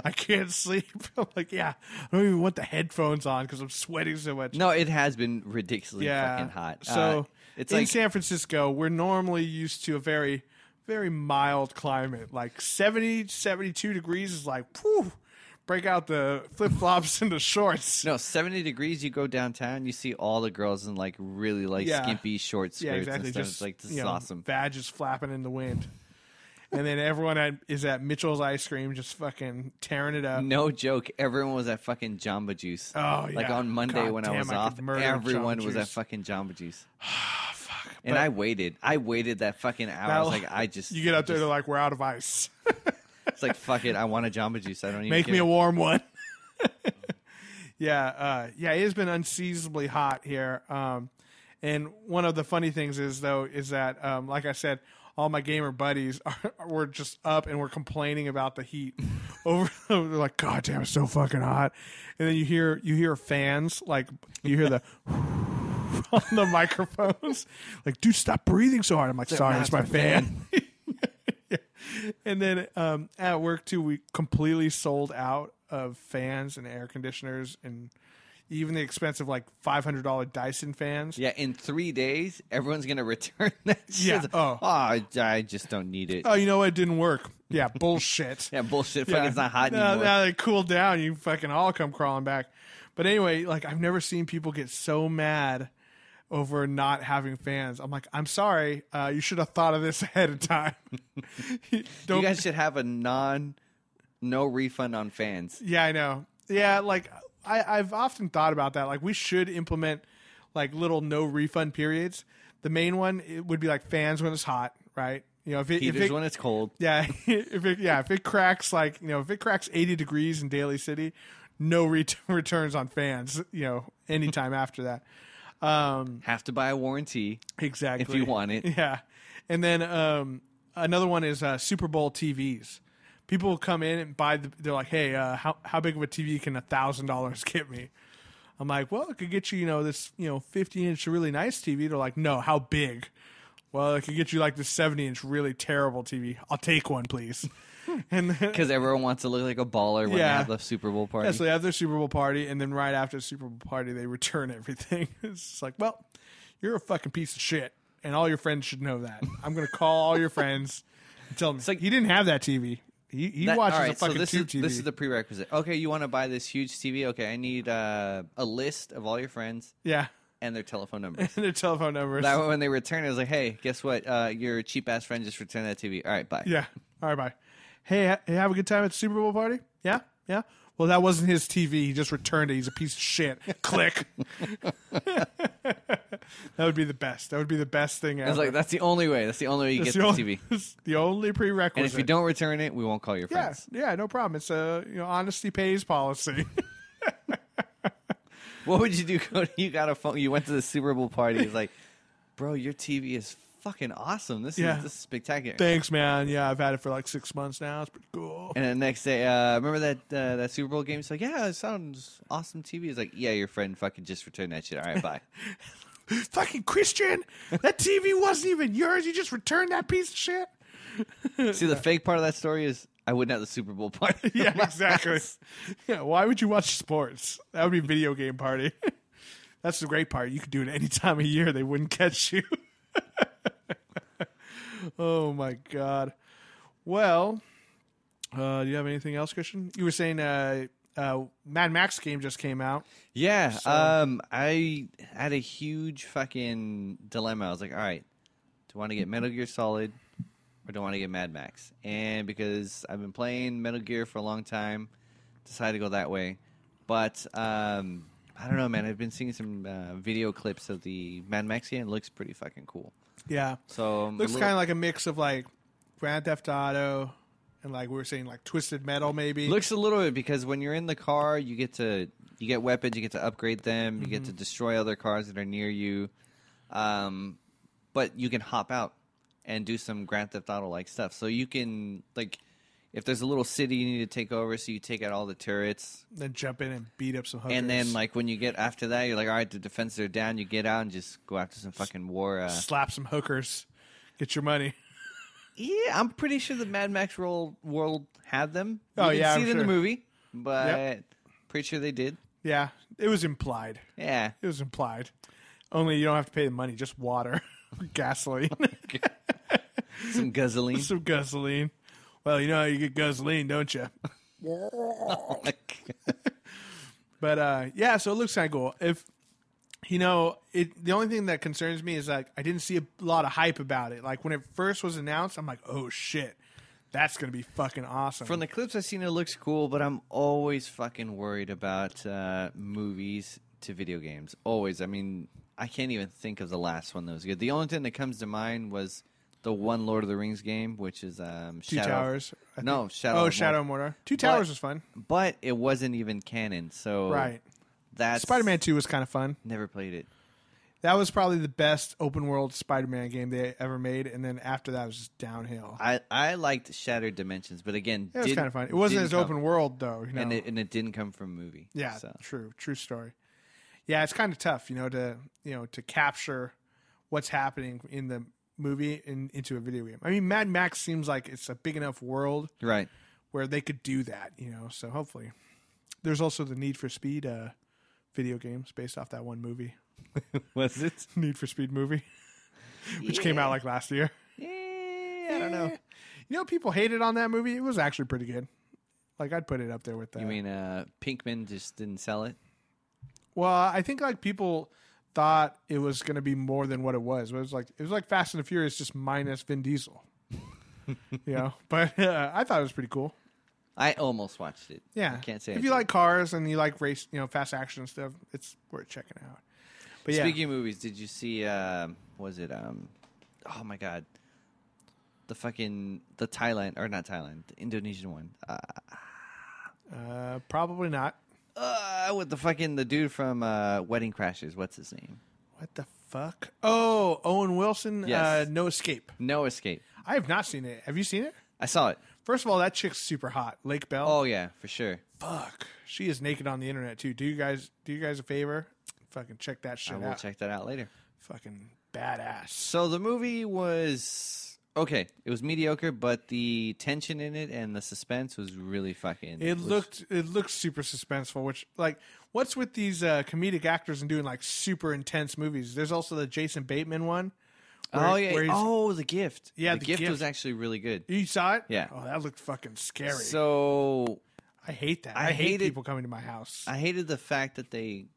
Speaker 1: I can't sleep. I'm like, yeah, I don't even want the headphones on because I'm sweating so much
Speaker 2: No, it has been ridiculously fucking hot. Uh,
Speaker 1: so
Speaker 2: it's
Speaker 1: in
Speaker 2: like
Speaker 1: San Francisco, we're normally used to a very, very mild climate. Like 70, 72 degrees is like, whew, break out the flip flops and the shorts.
Speaker 2: no seventy degrees. You go downtown, you see all the girls in like really like
Speaker 1: Yeah.
Speaker 2: skimpy short skirts
Speaker 1: yeah, exactly.
Speaker 2: and stuff.
Speaker 1: Just
Speaker 2: it's like this
Speaker 1: you
Speaker 2: is
Speaker 1: know,
Speaker 2: awesome.
Speaker 1: Badge is flapping in the wind. And then everyone at, is at Mitchell's Ice Cream, just fucking tearing it up.
Speaker 2: no joke. Everyone was at fucking Jamba Juice.
Speaker 1: Oh,
Speaker 2: Like
Speaker 1: yeah.
Speaker 2: on Monday
Speaker 1: God
Speaker 2: when I
Speaker 1: damn,
Speaker 2: was
Speaker 1: I could
Speaker 2: off,
Speaker 1: murder
Speaker 2: everyone
Speaker 1: Jamba
Speaker 2: was at
Speaker 1: Juice.
Speaker 2: fucking Jamba Juice. Fuck. And I waited. I waited that fucking hour. I
Speaker 1: Now,
Speaker 2: was like, I just
Speaker 1: You get up there,
Speaker 2: just-
Speaker 1: they're like, "We're out of ice.
Speaker 2: It's like fuck it. I want a Jamba Juice. I don't even
Speaker 1: Make
Speaker 2: care.
Speaker 1: me a warm one." yeah, uh, yeah, it has been unseasonably hot here. Um, and one of the funny things is though is that, um, like I said, all my gamer buddies are, were just up and were complaining about the heat over they're like god damn it's so fucking hot and then you hear you hear fans like you hear the on the microphones like dude stop breathing so hard i'm like sorry it's my fan and then um, at work too we completely sold out of fans and air conditioners and even the expensive like $500 dyson fans
Speaker 2: Yeah, in three days, everyone's gonna return that.
Speaker 1: Yeah,
Speaker 2: Shit.
Speaker 1: oh.
Speaker 2: I, I just don't need it.
Speaker 1: oh you know what it didn't work yeah bullshit
Speaker 2: yeah, bullshit. Fuck, it's not hot
Speaker 1: now,
Speaker 2: anymore.
Speaker 1: Now they cool down, you fucking all come crawling back. But anyway, like I've never seen people get so mad over not having fans. I'm like, I'm sorry, uh, you should have thought of this ahead of time. Don't,
Speaker 2: you guys should have a non, no refund on fans.
Speaker 1: yeah, I know. Yeah, like I, I've often thought about that. Like we should implement like little no refund periods. The main one it would be like fans when it's hot, right? You know, if it, if
Speaker 2: Heaters
Speaker 1: it,
Speaker 2: when it's cold.
Speaker 1: Yeah, if it, yeah, if it cracks like you know, if it cracks eighty degrees in Daly City, no ret- returns on fans. You know, anytime after that. Um,
Speaker 2: Have to buy a warranty.
Speaker 1: exactly.
Speaker 2: If you want it.
Speaker 1: yeah. And then um, another one is uh, Super Bowl TVs. People will come in and buy. The, they're like, hey, uh, how how big of a TV can a thousand dollars get me? I'm like, well, it could get you, you know, this, you know, 15 inch really nice TV. They're like, no, how big? Well, it could get you like this 70 inch really terrible TV. I'll take one, please. and then,
Speaker 2: Because everyone wants to look like a baller when they
Speaker 1: Yeah.
Speaker 2: have the Super Bowl party.
Speaker 1: yeah, so they have their Super Bowl party, and then right after the Super Bowl party, they return everything. It's just like, well, you're a fucking piece of shit, and all your friends should know that. I'm gonna call all your friends and tell them
Speaker 2: like-
Speaker 1: he didn't have that TV. He, he
Speaker 2: That-
Speaker 1: watches
Speaker 2: all right,
Speaker 1: a fucking
Speaker 2: so this
Speaker 1: tube
Speaker 2: is,
Speaker 1: TV.
Speaker 2: This is the prerequisite. Okay, you want to buy this huge TV? Okay, I need uh, a list of all your friends
Speaker 1: yeah,
Speaker 2: and their telephone numbers.
Speaker 1: and their telephone numbers.
Speaker 2: that way when they return, it was like, hey, guess what? Uh, your cheap ass friend just returned that TV. All right, bye.
Speaker 1: yeah. All right, bye. Hey, ha- hey, have a good time at the Super Bowl party. Yeah, yeah. Well, that wasn't his TV. He just returned it. He's a piece of shit. Click. that would be the best. That would be the best thing ever.
Speaker 2: I was like, that's the only way. That's the only way you
Speaker 1: It's
Speaker 2: get the,
Speaker 1: only-
Speaker 2: TV.
Speaker 1: it's the only prerequisite.
Speaker 2: And if you don't return it, we won't call your
Speaker 1: Yeah,
Speaker 2: friends.
Speaker 1: yeah, no problem. It's a you know honesty pays policy.
Speaker 2: What would you do, Cody? You got a phone. You went to the Super Bowl party. It's like, bro, your TV is fucking awesome. This
Speaker 1: Yeah.
Speaker 2: is this is spectacular.
Speaker 1: Thanks, man. Yeah, I've had it for like six months now. It's pretty cool.
Speaker 2: And the next day, uh, remember that uh, that Super Bowl game? It's like, yeah, it sounds awesome. TV It's like, yeah, your friend fucking just returned that shit. All right, bye.
Speaker 1: Fucking Christian, that TV wasn't even yours. You just returned that piece of shit.
Speaker 2: See, the fake part of that story is I wouldn't have the Super Bowl party.
Speaker 1: Yeah, exactly. Yeah, why would you watch sports? That would be video game party. That's the great part. You could do it any time of year. They wouldn't catch you. oh my god. Well, uh, do you have anything else, Christian? You were saying uh, uh, Mad Max game just came out.
Speaker 2: Yeah, um, I had a huge fucking dilemma. I was like, all right, do I want to get Metal Gear Solid or do I want to get Mad Max? And because I've been playing Metal Gear for a long time, decided to go that way. But um, I don't know, man. I've been seeing some uh, video clips of the Mad Max game. It looks pretty fucking cool.
Speaker 1: Yeah,
Speaker 2: So um,
Speaker 1: looks
Speaker 2: a little-
Speaker 1: kind of like a mix of like Grand Theft Auto and like we were saying like Twisted Metal maybe.
Speaker 2: Looks a little bit because when you're in the car, you get to you get weapons, you get to upgrade them, you get to destroy other cars that are near you. Um, but you can hop out and do some Grand Theft Auto like stuff. So you can like if there's a little city you need to take over, so you take out all the turrets,
Speaker 1: then jump in and beat up some hookers.
Speaker 2: and then like when you get after that, you're like, all right, the defenses are down. You get out and just go after some fucking war. Uh,
Speaker 1: slap some hookers, get your money.
Speaker 2: yeah, I'm pretty sure the Mad Max world world had them. You
Speaker 1: Oh,
Speaker 2: didn't
Speaker 1: yeah,
Speaker 2: see
Speaker 1: I'm
Speaker 2: it in the
Speaker 1: sure.
Speaker 2: movie, but pretty sure they did.
Speaker 1: Yeah, it was implied.
Speaker 2: Yeah.
Speaker 1: It was implied. Only you don't have to pay the money, just water, gasoline,
Speaker 2: some guzzling.
Speaker 1: some gasoline. Well, you know how you get gasoline, don't you? But uh, yeah, so it looks kind of cool. If you know, it the only thing that concerns me is like I didn't see a lot of hype about it. Like when it first was announced, I'm like, oh shit, that's gonna be fucking awesome.
Speaker 2: From the clips I've seen, it looks cool, but I'm always fucking worried about uh, movies to video games. Always. I mean, I can't even think of the last one that was good. The only thing that comes to mind was the one Lord of the Rings game, which is um,
Speaker 1: Two
Speaker 2: Shadow.
Speaker 1: Towers. I
Speaker 2: No,
Speaker 1: think.
Speaker 2: Shadow.
Speaker 1: Oh,
Speaker 2: of
Speaker 1: Shadow
Speaker 2: Mordor.
Speaker 1: of Mordor. Two Towers
Speaker 2: But-
Speaker 1: was fun.
Speaker 2: But it wasn't even canon, so
Speaker 1: Right.
Speaker 2: That's
Speaker 1: Spider Man Two was kind of fun.
Speaker 2: Never played it.
Speaker 1: That was probably the best open world Spider-Man game they ever made, and then after that it was just downhill.
Speaker 2: I, I liked Shattered Dimensions, but again,
Speaker 1: It was
Speaker 2: didn't-
Speaker 1: kind of fun. It wasn't
Speaker 2: didn't
Speaker 1: as
Speaker 2: come-
Speaker 1: open world though, you know.
Speaker 2: and it, and it didn't come from a movie.
Speaker 1: yeah,
Speaker 2: so.
Speaker 1: true, true story. Yeah, it's kind of tough, you know, to you know to capture what's happening in the movie in, into a video game. I mean, Mad Max seems like it's a big enough world
Speaker 2: right.
Speaker 1: where they could do that, you know. So hopefully, there's also the Need for Speed uh, video games based off that one movie,
Speaker 2: Was it?
Speaker 1: Need for Speed movie, which came out like last year.
Speaker 2: Yeah, I don't know.
Speaker 1: You Eh, know, people hated on that movie. It was actually pretty good. Like I'd put it up there with that.
Speaker 2: You mean uh, Pinkman just didn't sell it?
Speaker 1: Well, I think like people thought it was going to be more than what it was. It was like it was like Fast and the Furious just minus Vin Diesel. you know, but uh, I thought it was pretty cool.
Speaker 2: I almost watched it.
Speaker 1: Yeah,
Speaker 2: I can't say. I
Speaker 1: if you
Speaker 2: did.
Speaker 1: like cars and you like race, you know, fast action and stuff, it's worth checking out. But yeah,
Speaker 2: Speaking of movies, did you see? Um, was it? Um, oh my god, the fucking the Thailand or not Thailand, the Indonesian one uh,
Speaker 1: uh, probably not.
Speaker 2: uh, with the fucking the dude from uh, Wedding Crashes. What's his name?
Speaker 1: What the fuck? Oh, Owen Wilson,
Speaker 2: Yes.
Speaker 1: uh, No Escape.
Speaker 2: No Escape.
Speaker 1: I have not seen it. Have you seen it?
Speaker 2: I saw it.
Speaker 1: First of all, that chick's super hot, Lake Bell.
Speaker 2: Oh yeah, for sure.
Speaker 1: fuck, she is naked on the internet too. Do you guys do you guys a favor? Fucking check that shit
Speaker 2: I will
Speaker 1: out.
Speaker 2: check that out later.
Speaker 1: Fucking badass.
Speaker 2: So the movie was okay. It was mediocre, but the tension in it and the suspense was really fucking.
Speaker 1: It
Speaker 2: was-
Speaker 1: looked it looked super suspenseful. Which like, what's with these uh, comedic actors and doing like super intense movies? There's also the Jason Bateman one. where-
Speaker 2: Oh yeah.
Speaker 1: where he's-
Speaker 2: oh, the gift.
Speaker 1: Yeah,
Speaker 2: the,
Speaker 1: The
Speaker 2: gift,
Speaker 1: Gift.
Speaker 2: was actually really good.
Speaker 1: you saw it?
Speaker 2: Yeah.
Speaker 1: Oh, that looked fucking scary.
Speaker 2: So
Speaker 1: I hate that.
Speaker 2: I
Speaker 1: I, hate
Speaker 2: hate it.
Speaker 1: people coming to my house.
Speaker 2: I hated the fact that they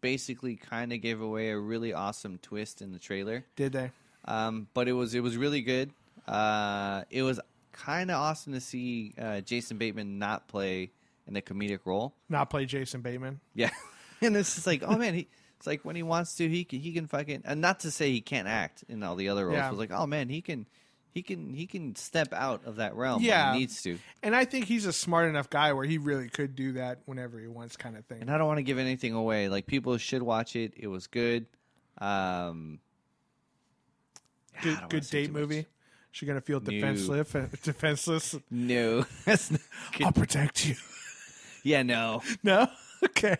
Speaker 2: basically kind of gave away a really awesome twist in the trailer.
Speaker 1: Did they?
Speaker 2: Um, but it was it was really good. Uh, it was kind of awesome to see uh, Jason Bateman not play in a comedic role.
Speaker 1: Not play Jason Bateman.
Speaker 2: Yeah, and it's just like, oh man, he. It's like when he wants to, he can, he can fucking. And not to say he can't act in all the other roles.
Speaker 1: Yeah.
Speaker 2: It was like, oh man, he can, he can, he can step out of that realm.
Speaker 1: Yeah.
Speaker 2: when he Oh, needs to.
Speaker 1: And I think he's a smart enough guy where he really could do that whenever he wants, kind of thing.
Speaker 2: and I don't want to give anything away. Like people should watch it. It was good. Um, I don't
Speaker 1: good
Speaker 2: wanna
Speaker 1: good
Speaker 2: say
Speaker 1: date
Speaker 2: too much.
Speaker 1: movie. She's gonna feel defenseless. Defenseless.
Speaker 2: no, that's not good.
Speaker 1: I'll protect you.
Speaker 2: yeah, no.
Speaker 1: No. Okay.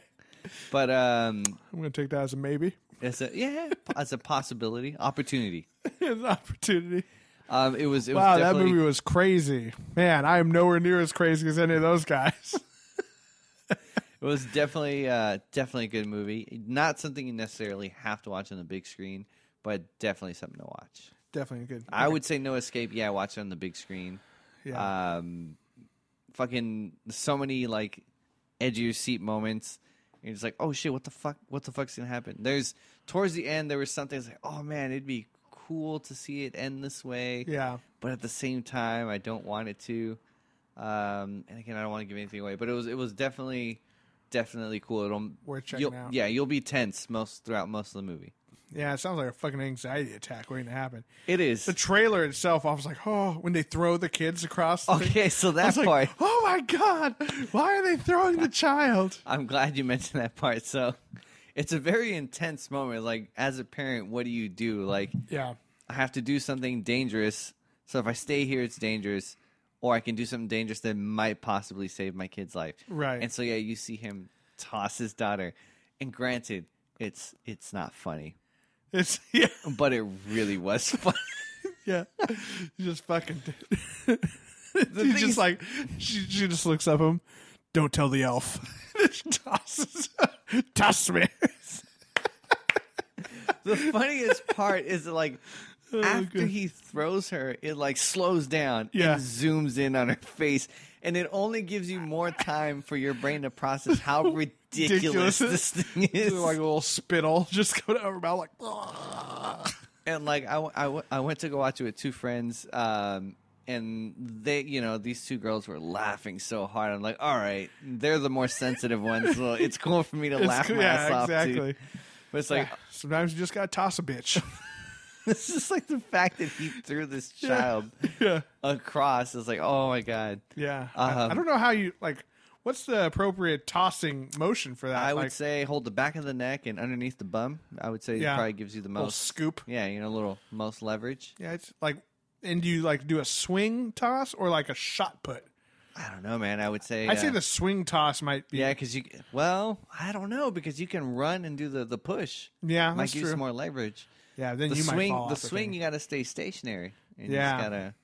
Speaker 2: But um,
Speaker 1: I'm gonna take that as a maybe.
Speaker 2: it's a yeah, as a possibility, opportunity.
Speaker 1: It's an opportunity.
Speaker 2: Um, it was. It
Speaker 1: Wow,
Speaker 2: was
Speaker 1: that
Speaker 2: definitely-
Speaker 1: movie was crazy. Man, I am nowhere near as crazy as any of those guys.
Speaker 2: It was definitely uh, definitely a good movie. Not something you necessarily have to watch on the big screen, but definitely something to watch.
Speaker 1: Definitely good.
Speaker 2: I would say No Escape. Yeah, watch it on the big screen.
Speaker 1: Yeah.
Speaker 2: um, fucking so many like edge of your seat moments. And you're just like, oh shit, what the fuck? What the fuck's gonna happen? There's towards the end, there was something that's like, oh man, it'd be cool to see it end this way.
Speaker 1: yeah.
Speaker 2: But at the same time, I don't want it to. Um, and again, I don't want to give anything away. But it was it was definitely definitely cool. It'll
Speaker 1: Worth checking
Speaker 2: you'll-
Speaker 1: out.
Speaker 2: Yeah, you'll be tense most throughout most of the movie.
Speaker 1: Yeah, it sounds like a fucking anxiety attack waiting to happen.
Speaker 2: It is
Speaker 1: The trailer itself, I was like, oh, when they throw the kids across the thing,
Speaker 2: okay. So
Speaker 1: I was
Speaker 2: Oh, that
Speaker 1: like,
Speaker 2: part.
Speaker 1: oh my god, why are they throwing the child?
Speaker 2: I'm glad you mentioned that part. So it's a very intense moment. Like as a parent, what do you do? Like
Speaker 1: Yeah.
Speaker 2: I have to do something dangerous. So if I stay here, it's dangerous. Or I can do something dangerous that might possibly save my kid's life.
Speaker 1: Right.
Speaker 2: And so yeah, you see him toss his daughter. And granted, it's it's not funny.
Speaker 1: It's yeah.
Speaker 2: But it really was funny.
Speaker 1: Yeah. You just fucking
Speaker 2: thing
Speaker 1: She's
Speaker 2: is-
Speaker 1: just like she, she just looks up at him. Don't tell the elf. she tosses toss me.
Speaker 2: the funniest part is that, like
Speaker 1: Oh,
Speaker 2: after
Speaker 1: God.
Speaker 2: he throws her, it like slows down
Speaker 1: Yeah.
Speaker 2: and zooms in on her face, and it only gives you more time for your brain to process how ridiculous,
Speaker 1: Ridiculous.
Speaker 2: this thing is.
Speaker 1: like a little spittle just going over her mouth like "Ugh."
Speaker 2: and like I, w- I, w- I went to go watch it with two friends, um, and they, you know, these two girls were laughing so hard. I'm like, all right, they're the more sensitive ones, so it's cool for me to
Speaker 1: It's
Speaker 2: laugh
Speaker 1: co-
Speaker 2: my ass
Speaker 1: yeah,
Speaker 2: off
Speaker 1: exactly.
Speaker 2: too. But it's like
Speaker 1: Sometimes you just gotta toss a bitch.
Speaker 2: it's just like the fact that he threw this child
Speaker 1: yeah.
Speaker 2: across is like, oh my god.
Speaker 1: Yeah. I, I
Speaker 2: Um,
Speaker 1: don't know how you like What's the appropriate tossing motion for that?
Speaker 2: I
Speaker 1: like,
Speaker 2: would say hold the back of the neck and underneath the bum. I would say
Speaker 1: Yeah.
Speaker 2: it probably gives you the
Speaker 1: little
Speaker 2: most.
Speaker 1: scoop.
Speaker 2: Yeah, you know, a little most leverage.
Speaker 1: Yeah, it's like, and do you like do a swing toss or like a shot put?
Speaker 2: I don't know, man. I would say.
Speaker 1: I say
Speaker 2: uh,
Speaker 1: the swing toss might be.
Speaker 2: Yeah, because you. Well, I don't know because you can run and do the the push.
Speaker 1: Yeah,
Speaker 2: might
Speaker 1: that's
Speaker 2: give you
Speaker 1: true.
Speaker 2: some more leverage.
Speaker 1: yeah. Then
Speaker 2: The
Speaker 1: you
Speaker 2: swing,
Speaker 1: might fall
Speaker 2: the
Speaker 1: off
Speaker 2: swing,
Speaker 1: thing.
Speaker 2: you got to stay stationary. And
Speaker 1: Yeah.
Speaker 2: You just gotta,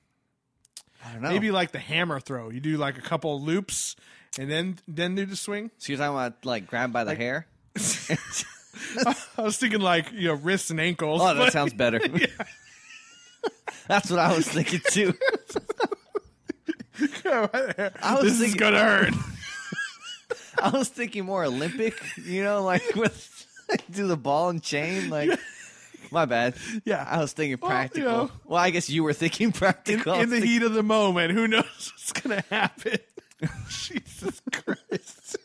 Speaker 2: I don't know.
Speaker 1: Maybe like the hammer throw. You do like a couple loops and then then do the swing.
Speaker 2: So you're talking about like grab by the hair?
Speaker 1: I was thinking like you know wrists and ankles.
Speaker 2: Oh, that
Speaker 1: but-
Speaker 2: sounds better. That's what I was thinking too. I was
Speaker 1: this is
Speaker 2: thinking,
Speaker 1: gonna hurt.
Speaker 2: I was thinking more Olympic, you know, like with do the ball and chain, like. My bad.
Speaker 1: Yeah.
Speaker 2: I was thinking
Speaker 1: Well, you
Speaker 2: practical. Well,
Speaker 1: know.
Speaker 2: I guess you were thinking practical.
Speaker 1: in the heat of the moment, who knows what's gonna happen? Jesus Christ!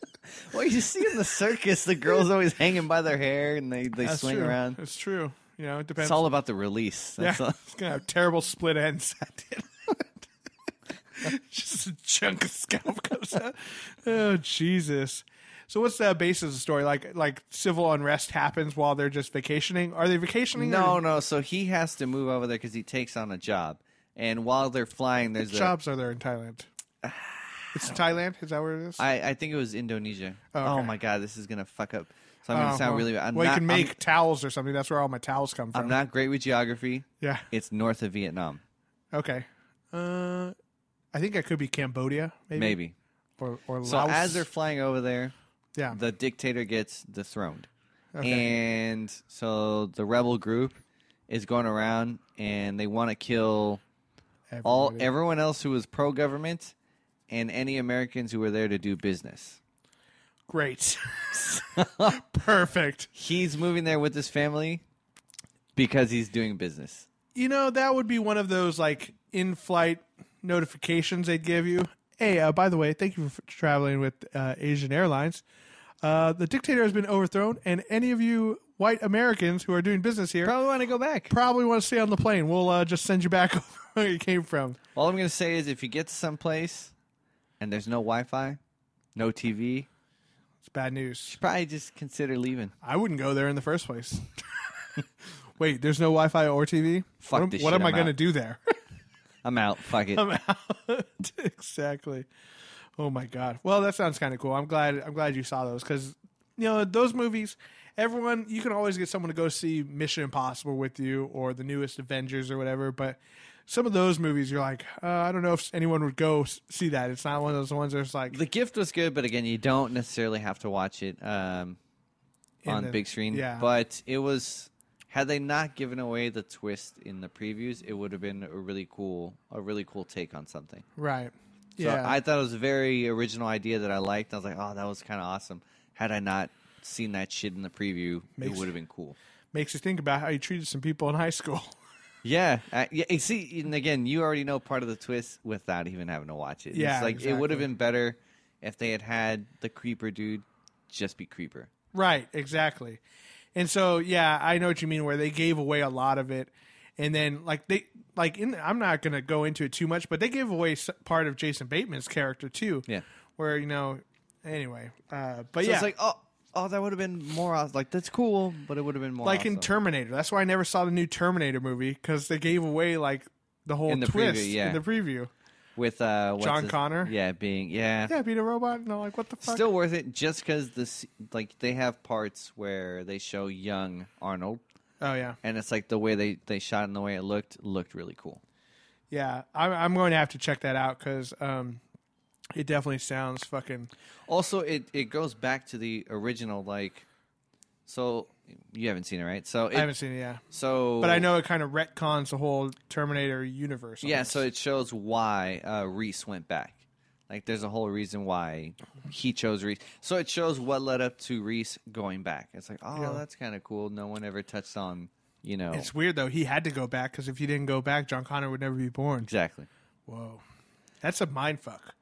Speaker 2: well, you see in the circus, the girls always hanging by their hair and they, they swing
Speaker 1: true.
Speaker 2: around.
Speaker 1: That's true. You know, it depends.
Speaker 2: It's all about the release.
Speaker 1: yeah,
Speaker 2: That's all.
Speaker 1: it's gonna have terrible split ends. Just a chunk of scalp comes out. Oh Jesus! So what's the basis of the story? Like, like civil unrest happens while they're just vacationing. Are they vacationing?
Speaker 2: No,
Speaker 1: or
Speaker 2: no. So he has to move over there because he takes on a job. And while they're flying, there's a.
Speaker 1: jobs are there in Thailand? It's Thailand. Is that where it is?
Speaker 2: I, I think it was Indonesia. Oh,
Speaker 1: okay.
Speaker 2: my god, this is gonna fuck up. So I'm gonna
Speaker 1: Oh,
Speaker 2: sound
Speaker 1: well,
Speaker 2: really. I'm
Speaker 1: well,
Speaker 2: not,
Speaker 1: you can make
Speaker 2: I'm,
Speaker 1: towels or something. That's where all my towels come from.
Speaker 2: I'm not great with geography.
Speaker 1: Yeah.
Speaker 2: It's north of Vietnam,
Speaker 1: Okay. Uh, I think it could be Cambodia, maybe.
Speaker 2: maybe.
Speaker 1: Or, or
Speaker 2: So
Speaker 1: Laos.
Speaker 2: as they're flying over there,
Speaker 1: yeah.
Speaker 2: the dictator gets dethroned, and so the rebel group is going around and they want to kill all
Speaker 1: Everybody.
Speaker 2: everyone else who was pro government and any Americans who were there to do business.
Speaker 1: Great. Perfect.
Speaker 2: he's moving there with his family because he's doing business.
Speaker 1: You know, that would be one of those like in flight notifications they'd give you. Hey, uh, by the way, thank you for traveling with uh, Asian Airlines. Uh, the dictator has been overthrown, and any of you white Americans who are doing business here
Speaker 2: Probably want to go back.
Speaker 1: probably want to stay on the plane. We'll uh, just send you back over where you came from.
Speaker 2: All I'm going to say is if you get to someplace and there's no Wi Fi, no TV,
Speaker 1: It's bad news.
Speaker 2: probably just consider leaving.
Speaker 1: I wouldn't go there in the first place. Wait, there's no Wi-Fi or TV.
Speaker 2: Fuck
Speaker 1: what am,
Speaker 2: this
Speaker 1: what
Speaker 2: shit,
Speaker 1: am I
Speaker 2: I'm
Speaker 1: going to
Speaker 2: out.
Speaker 1: do there?
Speaker 2: I'm out. Fuck it.
Speaker 1: I'm out. exactly. Oh my god. Well, that sounds kind of cool. I'm glad. I'm glad you saw those because you know those movies. Everyone, you can always get someone to go see Mission Impossible with you or the newest Avengers or whatever. But some of those movies, you're like, uh, I don't know if anyone would go s- see that. It's not one of those ones that's like
Speaker 2: the gift was good, but again, you don't necessarily have to watch it um,
Speaker 1: in
Speaker 2: on
Speaker 1: the-
Speaker 2: big screen.
Speaker 1: Yeah.
Speaker 2: But it was. Had they not given away the twist in the previews, it would have been a really cool, a really cool take on something.
Speaker 1: right.
Speaker 2: So
Speaker 1: Yeah.
Speaker 2: I thought it was a very original idea that I liked. I was like, oh, that was kind of awesome. Had I not seen that shit in the preview, it
Speaker 1: Makes-
Speaker 2: would have been cool.
Speaker 1: Makes you think about how you treated some people in high school.
Speaker 2: Yeah, I, yeah. and See, and again, you already know part of the twist without even having to watch it.
Speaker 1: Yeah,
Speaker 2: it's like it would have
Speaker 1: exactly.
Speaker 2: been better if they had had the creeper dude just be creeper.
Speaker 1: Right, exactly. And so yeah, I know what you mean where they gave away a lot of it and then like they like in I'm not going to go into it too much, but they gave away s- part of Jason Bateman's character too.
Speaker 2: Yeah.
Speaker 1: Where you know anyway, uh but
Speaker 2: So
Speaker 1: yeah.
Speaker 2: it's like, oh, oh, that would have been more. aw- Like that's cool, but it would have been more
Speaker 1: like in
Speaker 2: oh, awesome.
Speaker 1: Terminator. That's why I never saw the new Terminator movie cuz they gave away like the whole
Speaker 2: In the
Speaker 1: twist
Speaker 2: preview, yeah.
Speaker 1: in the preview.
Speaker 2: with uh, what's
Speaker 1: John
Speaker 2: his-
Speaker 1: Connor?
Speaker 2: Yeah, being yeah,
Speaker 1: Yeah, beat a robot and I'm like what the fuck?
Speaker 2: still worth it just because this like they have parts where they show young Arnold
Speaker 1: oh yeah.
Speaker 2: and it's like the way they they shot and the way it looked looked really cool.
Speaker 1: Yeah, I I'm going to have to check that out cuz um it definitely sounds fucking
Speaker 2: Also, it it goes back to the original like. So you haven't seen it, right? So it,
Speaker 1: I haven't seen it, yeah.
Speaker 2: So,
Speaker 1: But I know it kind of retcons the whole Terminator universe.
Speaker 2: Yeah,
Speaker 1: almost.
Speaker 2: so it shows why uh, Reese went back. Like, there's a whole reason why he chose Reese. So it shows what led up to Reese going back. It's like, oh,
Speaker 1: Yeah.
Speaker 2: that's kind of cool. No one ever touched on, you know,
Speaker 1: it's weird though. He had to go back because if he didn't go back, John Connor would never be born.
Speaker 2: exactly.
Speaker 1: Whoa, that's a mind fuck.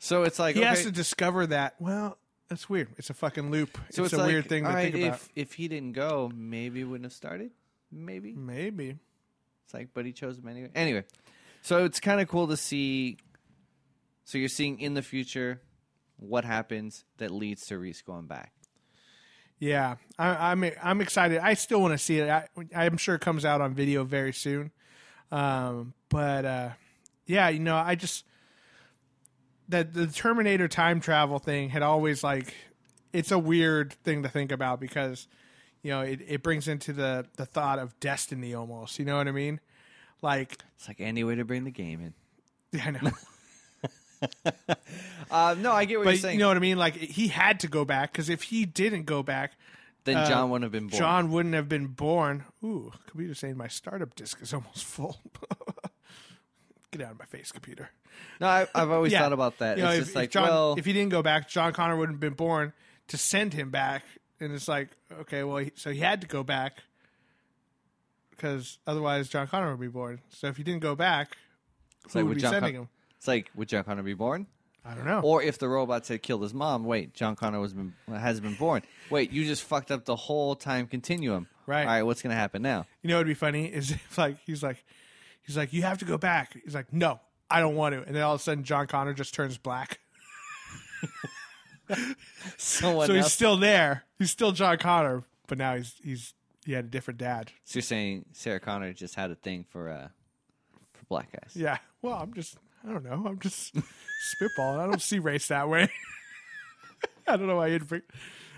Speaker 2: So it's like
Speaker 1: He
Speaker 2: okay,
Speaker 1: has to discover that. Well, that's weird. It's a fucking loop.
Speaker 2: So
Speaker 1: it's,
Speaker 2: it's,
Speaker 1: a
Speaker 2: like,
Speaker 1: weird thing to
Speaker 2: all
Speaker 1: think
Speaker 2: right,
Speaker 1: about.
Speaker 2: If, if he didn't go, maybe it wouldn't have started. Maybe
Speaker 1: Maybe.
Speaker 2: it's like, but he chose him anyway. Anyway, so it's kind of cool to see. So you're seeing in the future what happens that leads to Reese going back.
Speaker 1: Yeah, I, I'm I'm excited. I still want to see it. I, I'm sure it comes out on video very soon. Um, but uh, yeah, you know, I just that the Terminator time travel thing had always like it's a weird thing to think about because you know it, it brings into the the thought of destiny almost. You know what I mean? Like
Speaker 2: It's like any way to bring the game in.
Speaker 1: I know.
Speaker 2: Uh, no, I get what you're
Speaker 1: But
Speaker 2: saying.
Speaker 1: you know what I mean? Like he had to go back because if he didn't go back,
Speaker 2: then John wouldn't have been born.
Speaker 1: uh, John wouldn't have been born. Ooh, computer saying my startup disk is almost full. Get out of my face, computer.
Speaker 2: No, I, I've always thought about that.
Speaker 1: You know,
Speaker 2: it's
Speaker 1: if,
Speaker 2: just
Speaker 1: if
Speaker 2: like,
Speaker 1: John,
Speaker 2: well,
Speaker 1: if he didn't go back, John Connor wouldn't have been born to send him back. And it's like, okay, well, he, so he had to go back because otherwise John Connor would be born. So if he didn't go back,
Speaker 2: it's
Speaker 1: who
Speaker 2: like,
Speaker 1: would
Speaker 2: would
Speaker 1: be
Speaker 2: John
Speaker 1: sending
Speaker 2: Con-
Speaker 1: him?
Speaker 2: It's like, would John Connor be born?
Speaker 1: I don't know.
Speaker 2: Or if the robots had killed his mom, wait, John Connor was been, has been born. Wait, you just fucked up the whole time continuum.
Speaker 1: Right.
Speaker 2: All right, what's going to happen now?
Speaker 1: You know what'd be funny is if like he's like he's like, You have to go back. He's like, No, I don't want to. And then all of a sudden John Connor just turns black.
Speaker 2: Someone
Speaker 1: so
Speaker 2: else.
Speaker 1: he's still there. He's still John Connor, but now he's he's he had a different dad.
Speaker 2: so you're saying Sarah Connor just had a thing for uh, for black guys?
Speaker 1: Yeah. Well, I'm just I don't know. I'm just spitballing. I don't see race that way. I don't know why you'd bring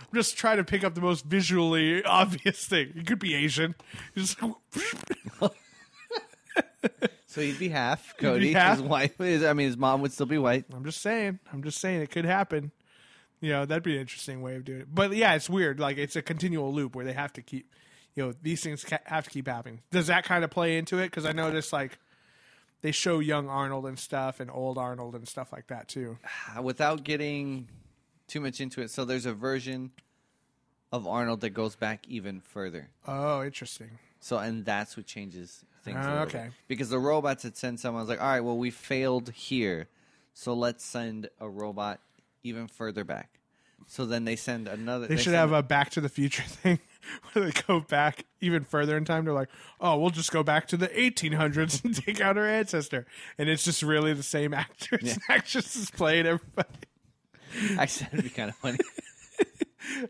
Speaker 1: I'm just trying to pick up the most visually obvious thing. It could be Asian. Just
Speaker 2: So he'd be half Cody.
Speaker 1: half.
Speaker 2: His wife is, I mean, his mom would still be white.
Speaker 1: I'm just saying. I'm just saying it could happen. You know, that'd be an interesting way of doing it. But yeah, it's weird. Like it's a continual loop where they have to keep, you know, these things ca- have to keep happening. Does that kind of play into it? Because I noticed like they show young Arnold and stuff, and old Arnold and stuff like that too.
Speaker 2: Uh, Without getting too much into it, so there's a version of Arnold that goes back even further.
Speaker 1: Oh, interesting.
Speaker 2: So, and that's what changes things. a
Speaker 1: Ah,
Speaker 2: little
Speaker 1: okay.
Speaker 2: bit. Because the robots had sent someone was like, all right, well, we failed here, so let's send a robot even further back. So then they send another.
Speaker 1: They should
Speaker 2: send
Speaker 1: have a Back to the Future thing where they go back even further in time. They're like, oh, we'll just go back to the 1800s and take out our ancestor, and it's just really the same actors and actresses playing everybody.
Speaker 2: Actually, that'd be kind of funny.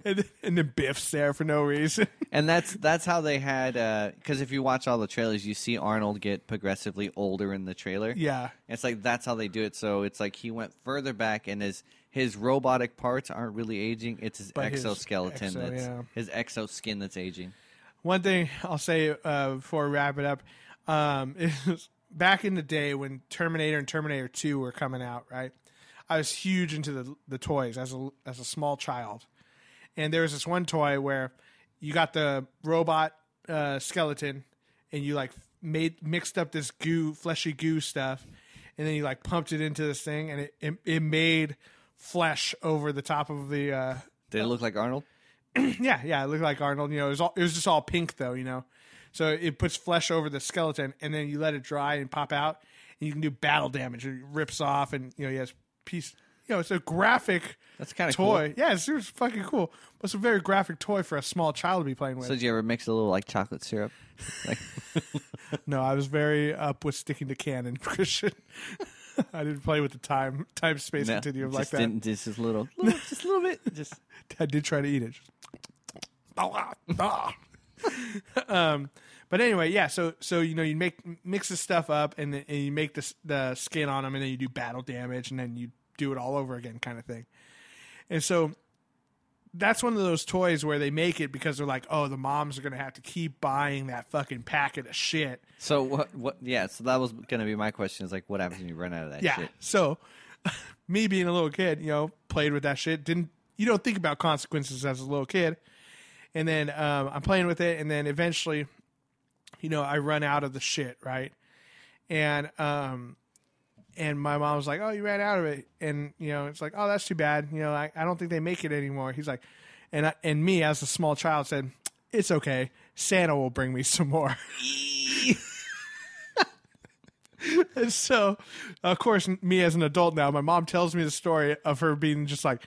Speaker 1: and, and then Biff's there for no reason.
Speaker 2: And that's that's how they had because if you watch all the trailers, you see Arnold get progressively older in the trailer.
Speaker 1: Yeah.
Speaker 2: it's like that's how they do it. So it's like he went further back, and his his robotic parts aren't really aging. It's his
Speaker 1: But his
Speaker 2: exoskeleton,
Speaker 1: exo-
Speaker 2: that's
Speaker 1: yeah.
Speaker 2: his exoskin that's aging.
Speaker 1: One thing I'll say uh, before we wrap it up um, is back in the day when Terminator and Terminator Two were coming out, right? I was huge into the the toys as a as a small child, and there was this one toy where you got the robot uh, skeleton, and you like made mixed up this goo, fleshy goo stuff, and then you like pumped it into this thing, and it it, it made flesh over the top of the uh,
Speaker 2: Did it look like Arnold?
Speaker 1: Yeah, yeah, it looked like Arnold. You know, it was all, it was just all pink though. You know, so it puts flesh over the skeleton, and then you let it dry and pop out, and you can do battle damage. It rips off, and you know, he has piece. You know, it's a graphic.
Speaker 2: That's kinda
Speaker 1: toy. Yeah, it's, it's fucking cool. But it's a very graphic toy for a small child to be playing with.
Speaker 2: So did you ever mix a little like chocolate syrup? Like,
Speaker 1: no, I was very up with sticking to canon, Christian. I didn't play with the time time space
Speaker 2: no,
Speaker 1: continuum
Speaker 2: just
Speaker 1: like that.
Speaker 2: Didn't, just a little, little, just a little bit. Just
Speaker 1: I did try to eat it. Just- um, but anyway, yeah. So so you know you make mix the stuff up and, then- and you make the s- the skin on them and then you do battle damage and then you do it all over again kind of thing. And so that's one of those toys where they make it because they're like, oh, the moms are gonna have to keep buying that fucking packet of shit.
Speaker 2: so what? What? Yeah. So that was gonna be my question. Is like, what happens when you run out of that
Speaker 1: Yeah.
Speaker 2: shit?
Speaker 1: So me being a little kid, you know, played with that shit. Didn't you don't think about consequences as a little kid. And then um, I'm playing with it, and then eventually, you know, I run out of the shit, right? And um and my mom was like, Oh, you ran out of it and you know, it's like, Oh, that's too bad. You know, I, I don't think they make it anymore. He's like and I, and me as a small child said, It's okay. Santa will bring me some more. And so, of course, me as an adult now, my mom tells me the story of her being just like,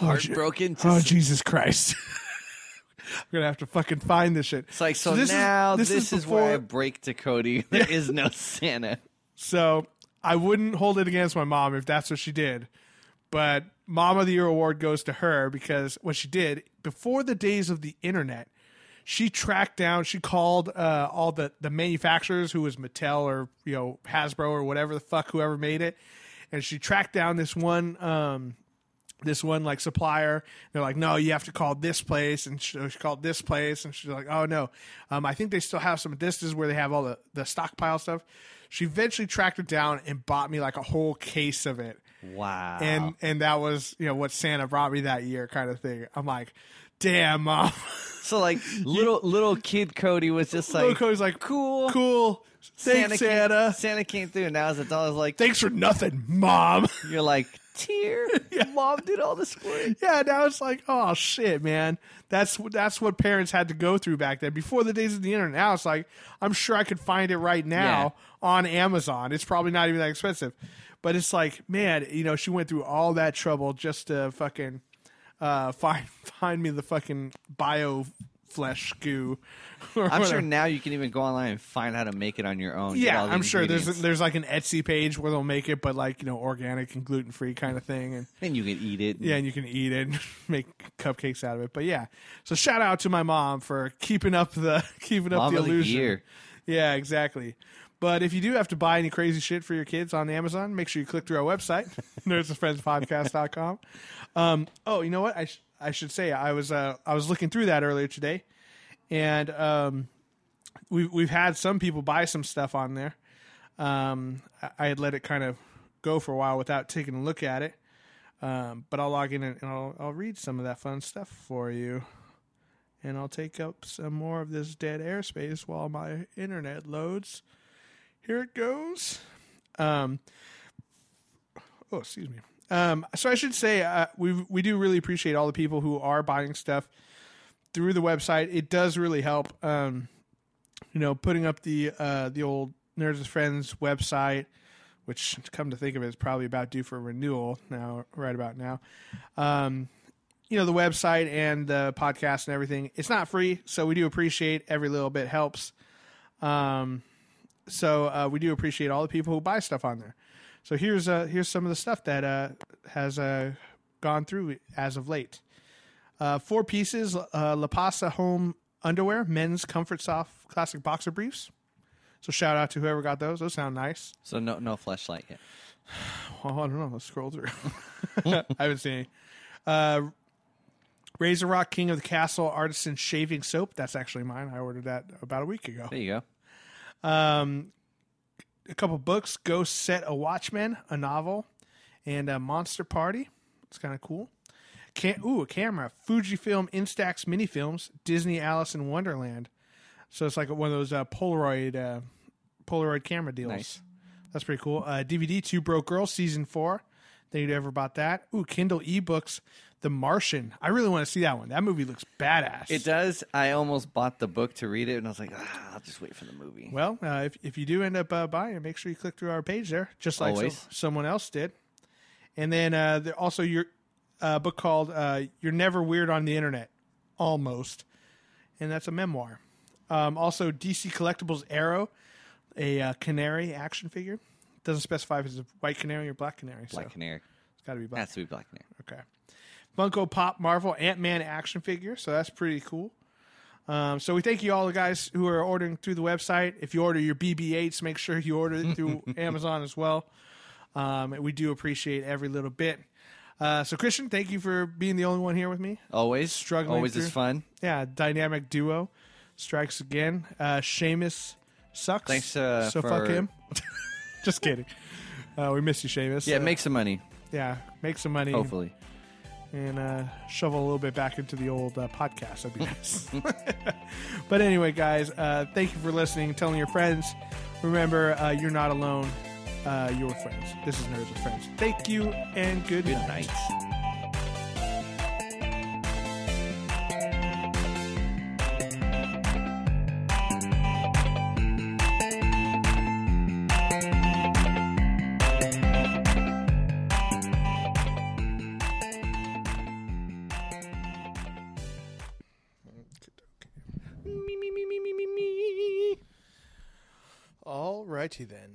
Speaker 1: oh, Je-
Speaker 2: Heartbroken. to
Speaker 1: oh
Speaker 2: s-
Speaker 1: Jesus Christ. I'm going to have to fucking find this shit.
Speaker 2: It's like so, now this, is, where I break to Cody. There is no Santa.
Speaker 1: So I wouldn't hold it against my mom if that's what she did. But Mom of the Year award goes to her because what she did before the days of the internet, she tracked down, she called uh, all the the manufacturers who was Mattel or you know Hasbro or whatever the fuck whoever made it, and she tracked down this one. Um, this one like supplier. They're like, no, you have to call this place, and she, she called this place, and she's like, oh no, um, I think they still have some. This is where they have all the the stockpile stuff. She eventually tracked it down and bought me like a whole case of it,
Speaker 2: Wow.
Speaker 1: and and that was you know what Santa brought me that year, kind of thing. I'm like, damn, mom.
Speaker 2: so like little little kid Cody was just like,
Speaker 1: Cody's like,
Speaker 2: cool,
Speaker 1: cool. Thanks, Santa.
Speaker 2: Came, Santa came through, and now as a doll is like,
Speaker 1: Thanks for nothing, mom.
Speaker 2: you're like, tear, mom did all this work.
Speaker 1: yeah, now it's like, oh shit, man. That's that's what parents had to go through back then. Before the days of the internet, now it's like I'm sure I could find it right now on Amazon. It's probably not even that expensive, but it's like, man, you know, she went through all that trouble just to fucking uh, find find me the fucking bio flesh goo. or
Speaker 2: I'm sure
Speaker 1: whatever.
Speaker 2: now you can even go online and find how to make it on your own. Get
Speaker 1: Yeah,
Speaker 2: all the
Speaker 1: I'm sure there's
Speaker 2: ingredients.
Speaker 1: there's like an Etsy page where they'll make it, but like you know, organic and gluten free kind of thing, and
Speaker 2: and you can eat it.
Speaker 1: yeah, and you can eat it and make cupcakes out of it. But yeah, so shout out to my mom for keeping up the keeping up
Speaker 2: Mom
Speaker 1: the
Speaker 2: of the
Speaker 1: illusion.
Speaker 2: year.
Speaker 1: Yeah, exactly. But if you do have to buy any crazy shit for your kids on Amazon, make sure you click through our website, nerdsandfriendspodcast.com. Um, oh, you know what? I, sh- I should say I was uh, I was looking through that earlier today, and um, we've we've had some people buy some stuff on there. Um, I- I had let it kind of go for a while without taking a look at it. Um, but I'll log in and and I'll, I'll read some of that fun stuff for you. And I'll take up some more of this dead airspace while my internet loads. Here it goes. Um, oh, excuse me. Um, so I should say uh, we we do really appreciate all the people who are buying stuff through the website. It does really help. Um, you know, putting up the uh, the old Nerds and Friends website, which come to think of it is probably about due for renewal now, right about now. Um, you know, the website and the podcast and everything. It's not free, so we do appreciate every little bit helps. Um, so uh, we do appreciate all the people who buy stuff on there. So here's uh, here's some of the stuff that uh, has uh, gone through as of late. Uh, four pieces uh, La Pasa home underwear, men's comfort soft classic boxer briefs. So shout out to whoever got those. Those sound nice.
Speaker 2: So no no flashlight yet.
Speaker 1: Oh, I don't know. Let's scroll through. I haven't seen any. Uh, Razor Rock King of the Castle Artisan Shaving Soap. That's actually mine. I ordered that about a week ago.
Speaker 2: There you go.
Speaker 1: A couple books Ghost Set a Watchman, a novel, and a Monster Party. It's kind of cool. Can- Ooh, a camera. Fujifilm Instax mini films, Disney Alice in Wonderland. So it's like one of those uh, Polaroid uh, Polaroid camera deals.
Speaker 2: Nice.
Speaker 1: That's pretty cool. Uh, DVD Two Broke Girls season four. Think you ever bought that? Ooh, Kindle eBooks. The Martian. I really want to see that one. That movie looks badass.
Speaker 2: It does. I almost bought the book to read it, and I was like, ah, I'll just wait for the movie.
Speaker 1: Well, uh, if if you do end up uh, buying it, make sure you click through our page there, just like so,
Speaker 2: Always.
Speaker 1: someone else did. And then uh, there also your uh, book called uh, "You're Never Weird on the Internet," almost, and that's a memoir. Um, also, DC Collectibles Arrow, a uh, canary action figure. Doesn't specify if it's a white canary or black canary.
Speaker 2: Black
Speaker 1: so
Speaker 2: Canary
Speaker 1: it's got to be black.
Speaker 2: has to be Black Canary.
Speaker 1: Okay. Funko Pop Marvel Ant Man action figure. So that's pretty cool. Um, so we thank you all the guys who are ordering through the website. If you order your BB-8s, make sure you order it through Amazon as well. Um, and we do appreciate every little bit. Uh, so Christian, thank you for being the only one here with me.
Speaker 2: Always
Speaker 1: Struggling
Speaker 2: Always is
Speaker 1: through.
Speaker 2: fun.
Speaker 1: Yeah, dynamic duo strikes again. Uh, Seamus sucks.
Speaker 2: Thanks, uh,
Speaker 1: so
Speaker 2: for-
Speaker 1: fuck him. Just kidding. Uh, we miss you, Seamus.
Speaker 2: Yeah,
Speaker 1: Uh,
Speaker 2: make some money.
Speaker 1: yeah, make some money
Speaker 2: Hopefully,
Speaker 1: and uh, shovel a little bit back into the old uh, podcast. That'd be nice. but anyway, guys, uh, thank you for listening. Telling your friends. Remember, uh, you're not alone. Uh, you're with friends. This is Nerds with Friends. Thank you and good,
Speaker 2: good
Speaker 1: night.
Speaker 2: night.
Speaker 1: Alrighty then.